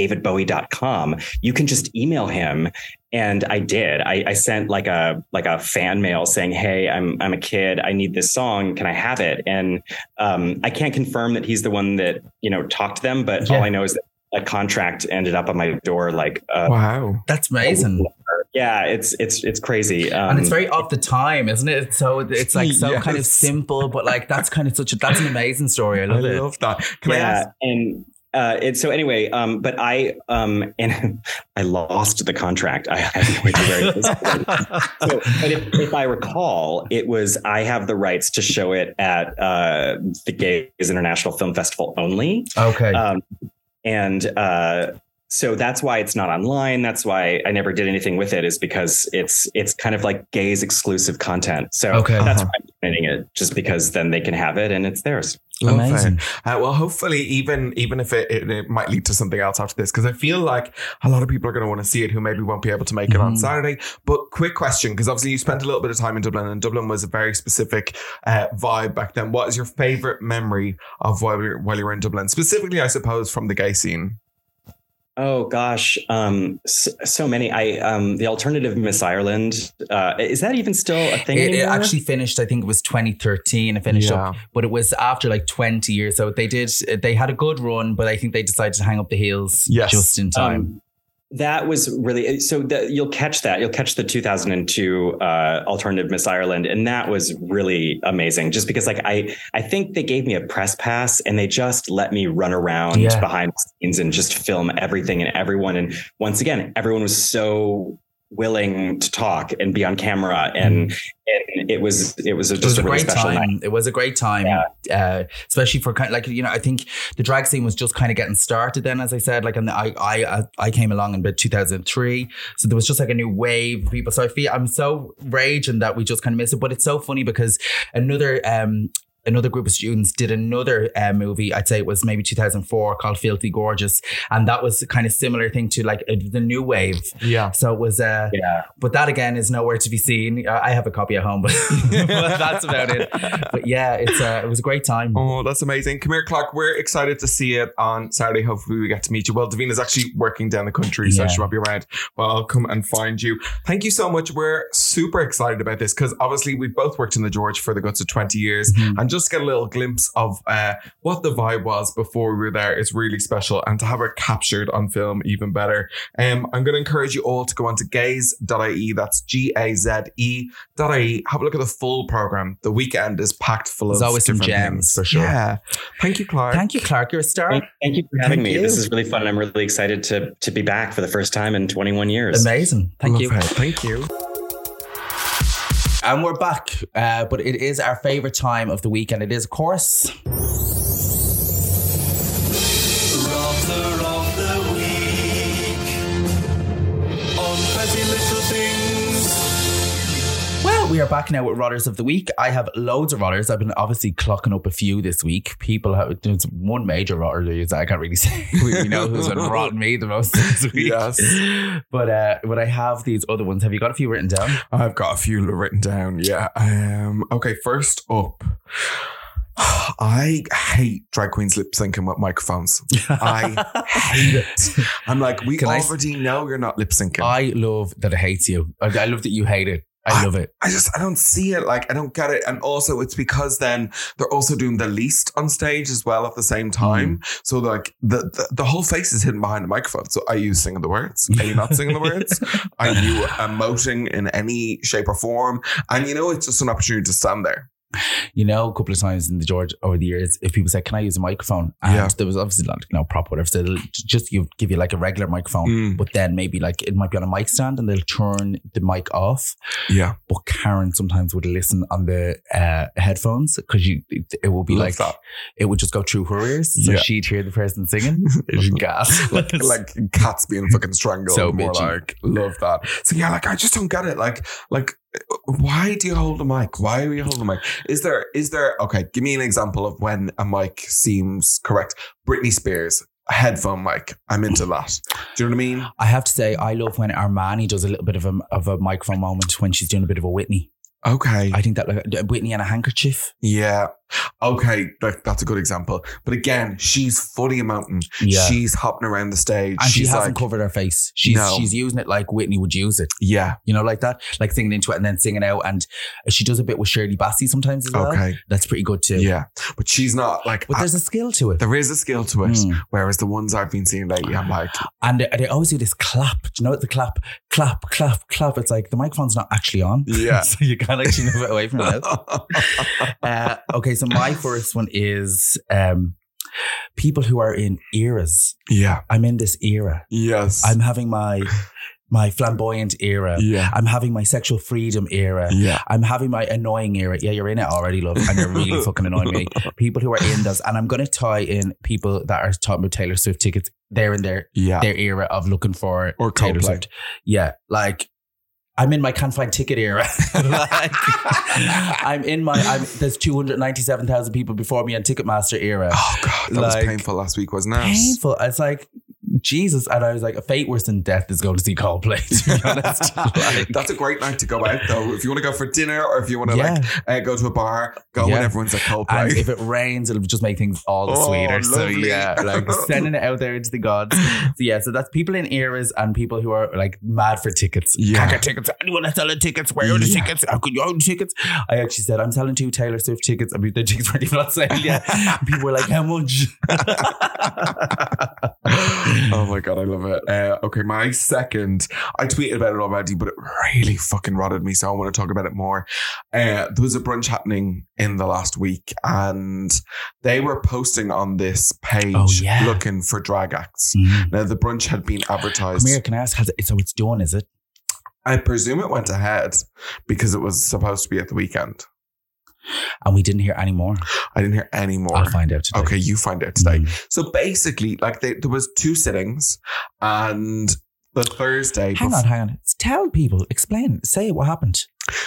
[SPEAKER 2] davidbowie.com. You can just email him. And I did. I, I sent like a like a fan mail saying, "Hey, I'm I'm a kid. I need this song. Can I have it?" And um, I can't confirm that he's the one that you know talked to them, but all I know is that a contract ended up on my door. Like, uh,
[SPEAKER 3] Wow.
[SPEAKER 1] That's amazing.
[SPEAKER 2] yeah, it's it's it's crazy. Um,
[SPEAKER 1] and it's very of the time, isn't it? It's So it's like so kind of
[SPEAKER 3] Yes.
[SPEAKER 1] simple, but like that's kind of such a that's an amazing story. I
[SPEAKER 3] I
[SPEAKER 1] love it.
[SPEAKER 3] love that. Can I
[SPEAKER 2] yeah,
[SPEAKER 3] ask?
[SPEAKER 2] and uh, and so anyway, um, but I um, and I lost the contract. I have no idea where it is. so, but if, if I recall, it was I have the rights to show it at uh, the Gays International Film Festival only.
[SPEAKER 1] Okay.
[SPEAKER 2] Um, and uh, so that's why it's not online. That's why I never did anything with it is because it's it's kind of like gays exclusive content. So
[SPEAKER 1] Okay.
[SPEAKER 2] that's
[SPEAKER 3] Uh-huh.
[SPEAKER 2] why I'm donating it just because then they can have it and it's theirs.
[SPEAKER 3] Love
[SPEAKER 1] Amazing.
[SPEAKER 3] it. Uh, well, hopefully, even even if it, it, it might lead to something else after this, because I feel like a lot of people are going to want to see it who maybe won't be able to make it on
[SPEAKER 1] Mhm.
[SPEAKER 3] Saturday. But quick question, because obviously you spent a little bit of time in Dublin, and Dublin was a very specific uh, vibe back then. What is your favorite memory of while you were, while you were in Dublin, specifically, I suppose, from the gay scene?
[SPEAKER 2] Oh gosh, um, so, so many. I um, the alternative Miss Ireland uh, is that even still a thing?
[SPEAKER 1] It, it
[SPEAKER 2] anymore?
[SPEAKER 1] actually finished. I think it was 2013. It finished up, but it was after like 20 years. So they did. They had a good run, but I think they decided to hang up the heels
[SPEAKER 3] Yes.
[SPEAKER 1] just in time.
[SPEAKER 2] Um, that was really so. That you'll catch that. You'll catch the 2002 uh, alternative Miss Ireland, and that was really amazing. Just because, like, I I think they gave me a press pass, and they just let me run around
[SPEAKER 1] Yeah.
[SPEAKER 2] behind the scenes and just film everything and everyone. And once again, everyone was so willing to talk and be on camera, and and it was it was a,
[SPEAKER 1] Mm-hmm. it was
[SPEAKER 2] just
[SPEAKER 1] a
[SPEAKER 2] a really
[SPEAKER 1] great
[SPEAKER 2] special
[SPEAKER 1] time.
[SPEAKER 2] night.
[SPEAKER 1] It was a great time, uh, especially for kind like you know. I think the drag scene was just kind of getting started then, as I said. Like, and I I I came along in about 2003, so there was just like a new wave of people. So I feel I'm so raging that we just kind of miss it, but it's so funny because another um another group of students did another uh, movie. I'd say it was maybe 2004 called Filthy Gorgeous, and that was a kind of similar thing to like uh, the new wave.
[SPEAKER 7] Yeah.
[SPEAKER 1] So it was. Uh, yeah. But that again is nowhere to be seen. Uh, I have a copy at home, but, but that's about it. But yeah, it's uh, it was a great time.
[SPEAKER 7] Oh, that's amazing.
[SPEAKER 3] Come here, Clark. We're excited to see it on Saturday. Hopefully, we get to meet you. Well, Davina's actually working down the country, so
[SPEAKER 7] Yeah.
[SPEAKER 3] she won't be around, but I'll come and find you. Thank you so much. We're super excited about this because obviously we've both worked in the George for the guts of 20 years and just get a little glimpse of uh, what the vibe was before we were there is really special and to have it captured on film even better. Um, I'm going to encourage you all to go on to gaze.ie. E, That's G A Z E dot ie. Have a look at the full program. The weekend is packed full of
[SPEAKER 1] There's always some
[SPEAKER 3] different
[SPEAKER 1] gems.
[SPEAKER 3] things, for sure.
[SPEAKER 1] Yeah.
[SPEAKER 3] Thank you, Clark.
[SPEAKER 1] Thank you, Clark. You're a star.
[SPEAKER 2] Thank, thank you for having
[SPEAKER 1] Thank
[SPEAKER 2] me.
[SPEAKER 1] you.
[SPEAKER 2] This is really fun. I'm really excited to to be back for the first time in 21 years.
[SPEAKER 1] Amazing. Thank you.
[SPEAKER 3] Thank you.
[SPEAKER 1] And we're back, uh, but it is our favorite time of the week, and it is, of course, Well, we are back now with Rodders of the Week. I have loads of Rodders. I've been obviously clocking up a few this week. People have, there's one major Rodder that I can't really say. We, we know who's been rotting me the most this week.
[SPEAKER 3] Yes.
[SPEAKER 1] But, uh, but I have these other ones. Have you got a few written down?
[SPEAKER 3] I've got a few written down. Yeah. Um, okay. First up, I hate drag queens lip syncing with microphones. I hate it. I'm like, we
[SPEAKER 1] Can I s-
[SPEAKER 3] already know you're not lip syncing.
[SPEAKER 1] I love that it hates you. I, I love that you hate it. I love it.
[SPEAKER 3] I just I don't see it. Like I don't get it. And also it's because then they're also doing the least on stage as well at the same
[SPEAKER 1] Hmm.
[SPEAKER 3] time. So like the, the the whole face is hidden behind the microphone. So are you singing the words? Are you not singing the words? Are you emoting in any shape or form? And you know it's just an opportunity to stand there.
[SPEAKER 1] you know, a couple of times in the George over the years, if people said, "Can I use a microphone?" and
[SPEAKER 3] Yeah.
[SPEAKER 1] there was obviously like no prop, whatever. So they'll j- just give, give you like a regular microphone,
[SPEAKER 3] Mm.
[SPEAKER 1] but then maybe like it might be on a mic stand, and they'll turn the mic off.
[SPEAKER 3] Yeah.
[SPEAKER 1] But Karen sometimes would listen on the uh, headphones because you it, it would be
[SPEAKER 3] Love
[SPEAKER 1] like
[SPEAKER 3] that.
[SPEAKER 1] it would just go through her ears, so
[SPEAKER 3] Yeah.
[SPEAKER 1] she'd hear the person singing. It's gas.
[SPEAKER 3] like like cats being fucking strangled.
[SPEAKER 1] So
[SPEAKER 3] more
[SPEAKER 1] bitchy.
[SPEAKER 3] like love that. So yeah, like I just don't get it. Like like why do you hold a mic? Why are you holding a mic? Is there is there okay? Give me an example of when a mic seems correct. Britney Spears headphone mic. I'm into that. Do you know what I mean?
[SPEAKER 1] I have to say, I love when Armani does a little bit of a of a microphone moment when she's doing a bit of a Whitney.
[SPEAKER 3] Okay.
[SPEAKER 1] I think that like, Whitney and a handkerchief.
[SPEAKER 3] Yeah. Okay. Like that's a good example. But again, she's fully a mountain.
[SPEAKER 1] Yeah.
[SPEAKER 3] She's hopping around the stage.
[SPEAKER 1] and she
[SPEAKER 3] she's
[SPEAKER 1] hasn't
[SPEAKER 3] like,
[SPEAKER 1] covered her face. She's
[SPEAKER 3] No.
[SPEAKER 1] she's using it like Whitney would use it,
[SPEAKER 3] yeah.
[SPEAKER 1] you know, like that, like singing into it and then singing out. And she does a bit with Shirley Bassey sometimes as well.
[SPEAKER 3] Okay.
[SPEAKER 1] That's pretty good too.
[SPEAKER 3] Yeah. But she's not like
[SPEAKER 1] but there's a skill to it.
[SPEAKER 3] there is a skill to it.
[SPEAKER 1] Mm.
[SPEAKER 3] Whereas the ones I've been seeing lately, I'm like,
[SPEAKER 1] And they, they always do this clap. Do you know the clap, clap, clap, clap? It's like the microphone's not actually on.
[SPEAKER 3] Yeah.
[SPEAKER 1] so you can't actually move it away from it. Uh, okay, so my first one is um, people who are in eras.
[SPEAKER 3] yeah,
[SPEAKER 1] I'm in this era.
[SPEAKER 3] yes,
[SPEAKER 1] I'm having my my flamboyant era.
[SPEAKER 3] yeah,
[SPEAKER 1] I'm having my sexual freedom era.
[SPEAKER 3] yeah,
[SPEAKER 1] I'm having my annoying era. Yeah, you're in it already, love, and you're really fucking annoying me. People who are in those, and I'm gonna tie in people that are talking about Taylor Swift tickets. They're in their
[SPEAKER 3] yeah.
[SPEAKER 1] their era of looking for
[SPEAKER 3] Or
[SPEAKER 1] Taylor
[SPEAKER 3] Coldplay.
[SPEAKER 1] Swift. Yeah, like I'm in my can't find ticket era. like I'm in my I'm there's 297,000 people before me on Ticketmaster era.
[SPEAKER 3] oh god, that
[SPEAKER 1] Like-
[SPEAKER 3] was painful last week, wasn't it?
[SPEAKER 1] Painful. It's like. Jesus, and I was like, a fate worse than death is going to see Coldplay. To be honest, Like-
[SPEAKER 3] That's a great night to go out though. If you want to go for dinner or if you want to like uh, go to a bar, go when
[SPEAKER 1] Yeah.
[SPEAKER 3] everyone's at Coldplay.
[SPEAKER 1] And if it rains, it'll just make things all the
[SPEAKER 3] Oh,
[SPEAKER 1] sweeter. So
[SPEAKER 3] lovely.
[SPEAKER 1] yeah, like sending it out there into the gods. So yeah, so that's people in eras and people who are like mad for tickets.
[SPEAKER 3] Yeah.
[SPEAKER 1] Can't get tickets. Anyone that's selling tickets, where are the
[SPEAKER 3] Yeah.
[SPEAKER 1] tickets? How could you own tickets? I actually said, I'm selling two Taylor Swift tickets. I mean, the tickets weren't even on sale yet. people were like, how much?
[SPEAKER 3] oh my god, I love it. Uh, okay, my second. I tweeted about it already, but it really fucking rotted me, so I want to talk about it more. Uh, there was a brunch happening in the last week, and they were posting on this page
[SPEAKER 1] Oh, yeah.
[SPEAKER 3] looking for drag acts.
[SPEAKER 1] Mm.
[SPEAKER 3] Now the brunch had been advertised.
[SPEAKER 1] Come here, can I ask? Has it, so it's done, is it?
[SPEAKER 3] I presume it went ahead because it was supposed to be at the weekend.
[SPEAKER 1] And we didn't hear any more.
[SPEAKER 3] I didn't hear any more.
[SPEAKER 1] I'll find out today.
[SPEAKER 3] Okay, you find out today.
[SPEAKER 1] Mm.
[SPEAKER 3] So basically, like they, there was two sittings, and the Thursday.
[SPEAKER 1] Hang
[SPEAKER 3] bef-
[SPEAKER 1] on, hang on. Tell people, explain, say what happened.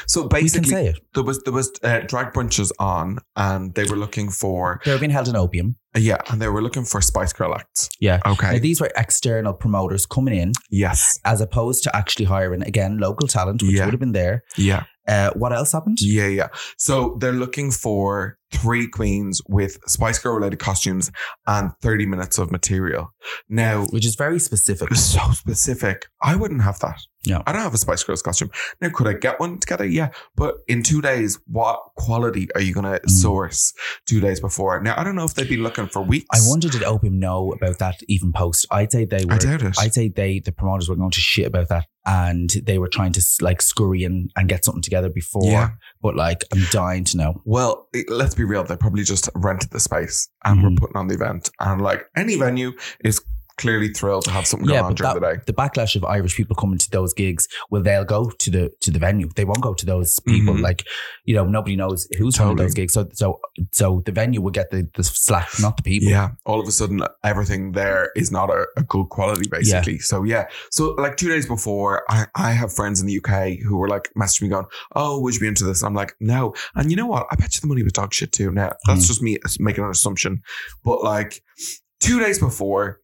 [SPEAKER 3] So
[SPEAKER 1] say
[SPEAKER 3] basically,
[SPEAKER 1] it.
[SPEAKER 3] there was there was uh, drag brunches on, and they were looking for uh,
[SPEAKER 1] They were being held in opium.
[SPEAKER 3] yeah, and they were looking for Spice Girl acts.
[SPEAKER 1] Yeah. Now,
[SPEAKER 3] Okay.
[SPEAKER 1] these were external promoters coming in
[SPEAKER 3] yes.
[SPEAKER 1] as opposed to actually hiring, again, local talent, which
[SPEAKER 3] Yeah.
[SPEAKER 1] would have been there.
[SPEAKER 3] Yeah.
[SPEAKER 1] Uh, what else happened?
[SPEAKER 3] Yeah, yeah. So they're looking for three queens with Spice Girl related costumes and 30 minutes of material. Now,
[SPEAKER 1] Which is very specific.
[SPEAKER 3] so specific. I wouldn't have that.
[SPEAKER 1] No.
[SPEAKER 3] I don't have a Spice Girls costume. Now, could I get one together? Yeah. But in two days, what quality are you going
[SPEAKER 1] Mm.
[SPEAKER 3] to source two days before? Now, I don't know if they'd be looking for weeks.
[SPEAKER 1] I wonder did Opium know about that even post? I'd say they were.
[SPEAKER 3] I doubt it.
[SPEAKER 1] I'd say they, the promoters were going to shit about that and they were trying to like scurry in and get something together before.
[SPEAKER 3] Yeah.
[SPEAKER 1] But like, I'm dying to know.
[SPEAKER 3] Well, it- let's be real. They probably just rented the space and
[SPEAKER 1] Mhm.
[SPEAKER 3] we're putting on the event. And like any venue is clearly thrilled to have something going on during
[SPEAKER 1] that-
[SPEAKER 3] the day.
[SPEAKER 1] the backlash of Irish people coming to those gigs, well, they'll go to the to the venue. They won't go to those people.
[SPEAKER 3] Mhm.
[SPEAKER 1] Like, you know, nobody knows who's running
[SPEAKER 3] Totally.
[SPEAKER 1] those gigs. So, so, so the venue will get the, the slack, not the people.
[SPEAKER 3] Yeah. All of a sudden, everything there is not a, a good quality, basically. So, yeah. So, like two days before, I, I have friends in the UK who were like messaging me going, Oh, would you be into this? I'm like, No. And you know what? I bet you the money was dog shit too. Now, that's
[SPEAKER 1] Mm.
[SPEAKER 3] just me making an assumption. But like two days before,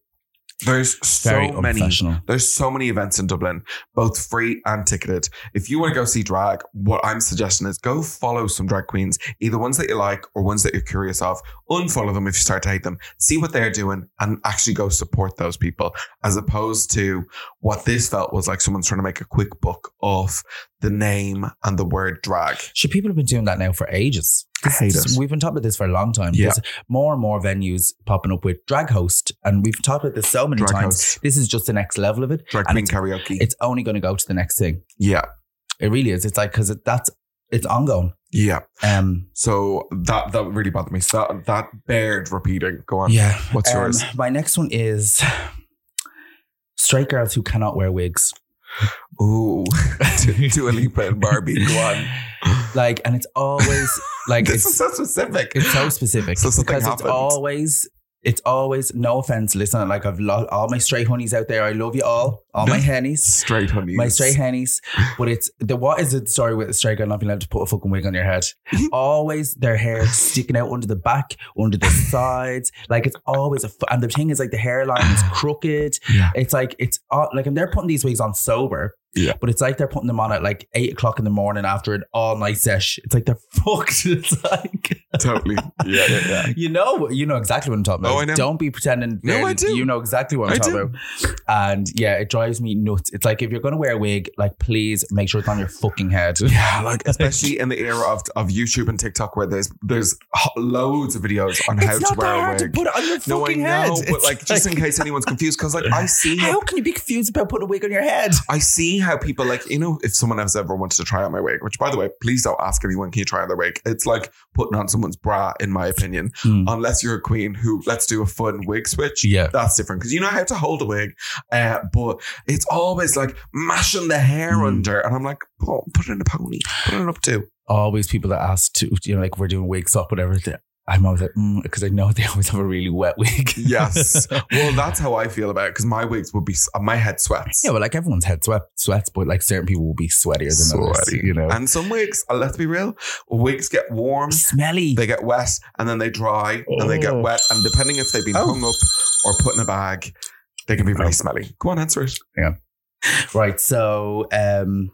[SPEAKER 3] there's
[SPEAKER 1] Very
[SPEAKER 3] so many
[SPEAKER 1] unprofessional.
[SPEAKER 3] there's so many events in Dublin, both free and ticketed. If you want to go see drag, what I'm suggesting is go follow some drag queens, either ones that you like or ones that you're curious of. Unfollow them if you start to hate them. See what they're doing and actually go support those people, as opposed to what this felt was like someone's trying to make a quick book off the name and the word drag.
[SPEAKER 1] Should people have been doing that now for ages?
[SPEAKER 3] I hate
[SPEAKER 1] This-
[SPEAKER 3] it.
[SPEAKER 1] We've been talking about this for a long time.
[SPEAKER 3] Yeah.
[SPEAKER 1] There's more and more venues popping up with drag host, and we've talked about this so many
[SPEAKER 3] Drag
[SPEAKER 1] times.
[SPEAKER 3] host,
[SPEAKER 1] This is just the next level of it.
[SPEAKER 3] drag
[SPEAKER 1] and
[SPEAKER 3] queen karaoke.
[SPEAKER 1] It's only going to go to the next thing.
[SPEAKER 3] yeah,
[SPEAKER 1] It really is. It's like because that's it's ongoing.
[SPEAKER 3] yeah.
[SPEAKER 1] Um,
[SPEAKER 3] So that that really bothered me. So that that bared repeating. Go on.
[SPEAKER 1] yeah.
[SPEAKER 3] What's
[SPEAKER 1] Um,
[SPEAKER 3] yours?
[SPEAKER 1] My next one is straight girls who cannot wear wigs.
[SPEAKER 3] Ooh, to, to Alipa and Barbie. Go on.
[SPEAKER 1] Like, and it's always like
[SPEAKER 3] this is
[SPEAKER 1] it's
[SPEAKER 3] so specific.
[SPEAKER 1] it's so specific
[SPEAKER 3] So something
[SPEAKER 1] because it's
[SPEAKER 3] happened.
[SPEAKER 1] always. It's always no offense. Listen, like I've lost all my straight honeys out there. I love you all, all my hennies,
[SPEAKER 3] straight honey.
[SPEAKER 1] my straight hennies. But it's the what is the story with a straight girl not being able to put a fucking wig on your head? always their hair sticking out under the back, under the sides. Like it's always a fu- and the thing is like the hairline is crooked.
[SPEAKER 3] Yeah.
[SPEAKER 1] It's like it's all, like and they're putting these wigs on sober.
[SPEAKER 3] Yeah.
[SPEAKER 1] But it's like they're putting them on at like eight o'clock in the morning after an all night sesh. It's like they're fucked. It's like
[SPEAKER 3] Totally. Yeah, yeah, yeah.
[SPEAKER 1] you know, you know exactly what I'm talking about.
[SPEAKER 3] Oh, I know.
[SPEAKER 1] Don't be pretending.
[SPEAKER 3] No,
[SPEAKER 1] there-
[SPEAKER 3] I do.
[SPEAKER 1] You know exactly what I'm
[SPEAKER 3] I
[SPEAKER 1] talking
[SPEAKER 3] do.
[SPEAKER 1] about. And yeah, it drives me nuts. It's like if you're gonna wear a wig, like please make sure it's on your fucking head.
[SPEAKER 3] Yeah, like especially in the era of, of YouTube and TikTok, where there's there's ho- loads of videos on how to wear a wig.
[SPEAKER 1] it on your
[SPEAKER 3] no, I know, but like just in case anyone's confused, because like I see
[SPEAKER 1] How can you be confused about putting a wig on your head?
[SPEAKER 3] I see how people like, you know, if someone has ever wanted to try on my wig, which by the way, please don't ask anyone, can you try on their wig? It's like putting on someone's bra, in my opinion.
[SPEAKER 1] Hmm.
[SPEAKER 3] Unless you're a queen who let's do a fun wig switch.
[SPEAKER 1] Yeah.
[SPEAKER 3] That's different because you know how to hold a wig. Uh, but it's always like mashing the hair
[SPEAKER 1] Hmm.
[SPEAKER 3] under. And I'm like, oh, put it in a pony, put it in up to.
[SPEAKER 1] Always people that ask to, you know, like we're doing wigs up, whatever. they- I'm always like, because I know they always have a really wet wig.
[SPEAKER 3] Yes. well, that's how I feel about it because my wigs would be, s- my head sweats.
[SPEAKER 1] yeah, well, like everyone's head sweat, sweats, but like certain people will be sweatier than others,
[SPEAKER 3] Sweaty.
[SPEAKER 1] you know.
[SPEAKER 3] And some wigs, uh, let's be real, wigs get warm.
[SPEAKER 1] smelly.
[SPEAKER 3] they get wet and then they dry and they get
[SPEAKER 1] Oh.
[SPEAKER 3] wet and depending if they've been
[SPEAKER 1] Oh.
[SPEAKER 3] hung up or put in a bag they can be very smelly go on answer it
[SPEAKER 1] right. So, um,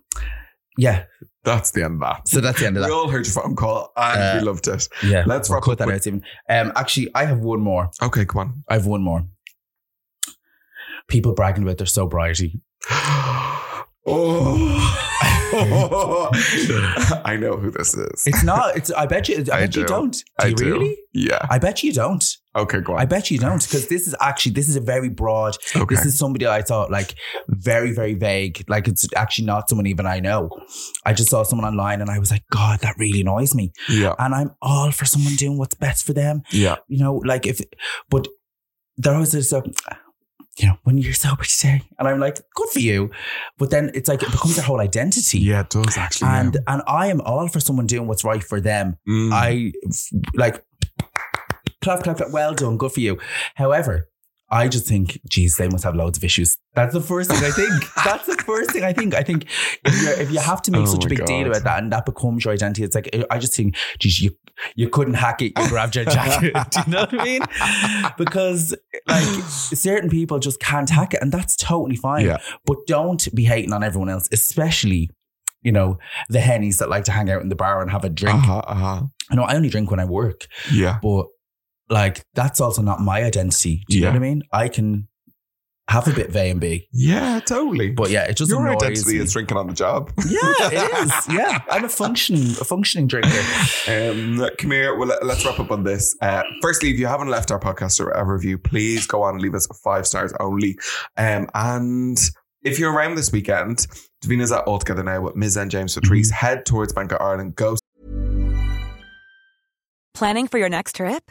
[SPEAKER 1] yeah.
[SPEAKER 3] that's the end of that
[SPEAKER 1] So that's the end of
[SPEAKER 3] we
[SPEAKER 1] that.
[SPEAKER 3] all heard your phone call and
[SPEAKER 1] Uh,
[SPEAKER 3] we loved it
[SPEAKER 1] Yeah.
[SPEAKER 3] let's
[SPEAKER 1] we'll
[SPEAKER 3] wrap
[SPEAKER 1] cut
[SPEAKER 3] up
[SPEAKER 1] that
[SPEAKER 3] with-
[SPEAKER 1] out, Stephen. Um, actually, I have one more.
[SPEAKER 3] okay come on
[SPEAKER 1] I have one more. People bragging about their sobriety.
[SPEAKER 3] oh i know who this is
[SPEAKER 1] It's not. It's. I bet you. I,
[SPEAKER 3] I
[SPEAKER 1] bet you
[SPEAKER 3] do.
[SPEAKER 1] don't. Do
[SPEAKER 3] i
[SPEAKER 1] you
[SPEAKER 3] do
[SPEAKER 1] really?
[SPEAKER 3] yeah
[SPEAKER 1] I bet you don't.
[SPEAKER 3] okay go on
[SPEAKER 1] I bet you don't because this is actually this is a very broad.
[SPEAKER 3] okay
[SPEAKER 1] This is somebody I thought like very very vague. Like it's actually not someone even I know. I just saw someone online and I was like, God, that really annoys me.
[SPEAKER 3] yeah
[SPEAKER 1] And I'm all for someone doing what's best for them.
[SPEAKER 3] yeah
[SPEAKER 1] You know, like if, but there was this. Uh, you know, when you're sober today, and I'm like, good for you, but then it's like it becomes their whole identity.
[SPEAKER 3] yeah it does actually yeah.
[SPEAKER 1] And and I am all for someone doing what's right for them.
[SPEAKER 3] Mm.
[SPEAKER 1] I like clap, clap, clap. Well done, good for you. However, I just think, geez, they must have loads of issues. That's the first thing I think. That's the first thing I think. I think if, you're, if you have to make
[SPEAKER 3] Oh
[SPEAKER 1] such a
[SPEAKER 3] my
[SPEAKER 1] big deal
[SPEAKER 3] God.
[SPEAKER 1] about that and that becomes your identity, it's like I just think, geez, you you couldn't hack it. You grabbed your jacket. Do you know what I mean? Because like certain people just can't hack it, and that's totally fine.
[SPEAKER 3] Yeah.
[SPEAKER 1] But don't be hating on everyone else, especially you know the hennies that like to hang out in the bar and have a drink.
[SPEAKER 3] Uh-huh, uh-huh.
[SPEAKER 1] I know I only drink when I work,
[SPEAKER 3] Yeah.
[SPEAKER 1] but like that's also not my identity. Do you know
[SPEAKER 3] Yeah.
[SPEAKER 1] what I mean? I can have a bit of A and B,
[SPEAKER 3] Yeah, totally.
[SPEAKER 1] but yeah, it just
[SPEAKER 3] Your
[SPEAKER 1] annoys
[SPEAKER 3] identity
[SPEAKER 1] me.
[SPEAKER 3] is drinking on the job.
[SPEAKER 1] yeah, it is. Yeah, I'm a functioning a functioning drinker.
[SPEAKER 3] Um, come here. Well, let- let's wrap up on this. Uh, firstly, if you haven't left our podcast a, a review, please go on and leave us five stars only. Um, and if you're around this weekend, Davina's at All Together Now with Ms. and James Patrice.
[SPEAKER 1] Mm-hmm.
[SPEAKER 3] Head towards Bank of Ireland. Go
[SPEAKER 8] Planning for your next trip?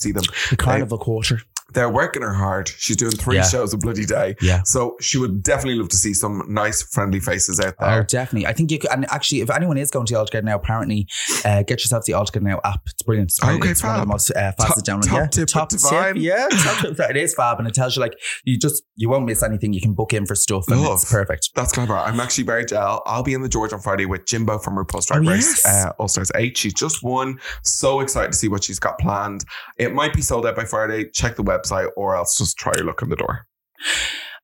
[SPEAKER 3] see them.
[SPEAKER 1] The carnival quarter.
[SPEAKER 3] They're working her hard. She's doing three
[SPEAKER 1] Yeah.
[SPEAKER 3] shows a bloody day.
[SPEAKER 1] Yeah.
[SPEAKER 3] So she would definitely love to see some nice, friendly faces out
[SPEAKER 1] Oh,
[SPEAKER 3] there.
[SPEAKER 1] definitely. I think you could, and actually, if anyone is going to the All Together Now, apparently, uh, get yourself the All Together Now app. It's brilliant. It's,
[SPEAKER 3] Okay,
[SPEAKER 1] it's one of
[SPEAKER 3] fab.
[SPEAKER 1] the most uh, fastest
[SPEAKER 3] Top-
[SPEAKER 1] downloads.
[SPEAKER 3] top
[SPEAKER 1] yeah.
[SPEAKER 3] tip
[SPEAKER 1] top
[SPEAKER 3] of divine.
[SPEAKER 1] Yeah, top tip. It is fab, and it tells you like you just you won't miss anything. You can book in for stuff, and
[SPEAKER 3] Love.
[SPEAKER 1] it's perfect.
[SPEAKER 3] That's clever. I'm actually very gel. I'll be in the George on Friday with Jimbo from RuPaul's Drag
[SPEAKER 1] Oh,
[SPEAKER 3] Race
[SPEAKER 1] yes.
[SPEAKER 3] uh, All Stars 8. She's just won. So excited to see what she's got planned. It might be sold out by Friday. Check the website or else just try your luck in the door.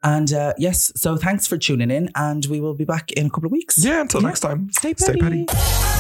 [SPEAKER 1] And uh, yes, so thanks for tuning in, and we will be back in a couple of weeks.
[SPEAKER 3] Yeah, until next time.
[SPEAKER 1] Stay
[SPEAKER 3] Stay
[SPEAKER 1] petty.
[SPEAKER 3] petty.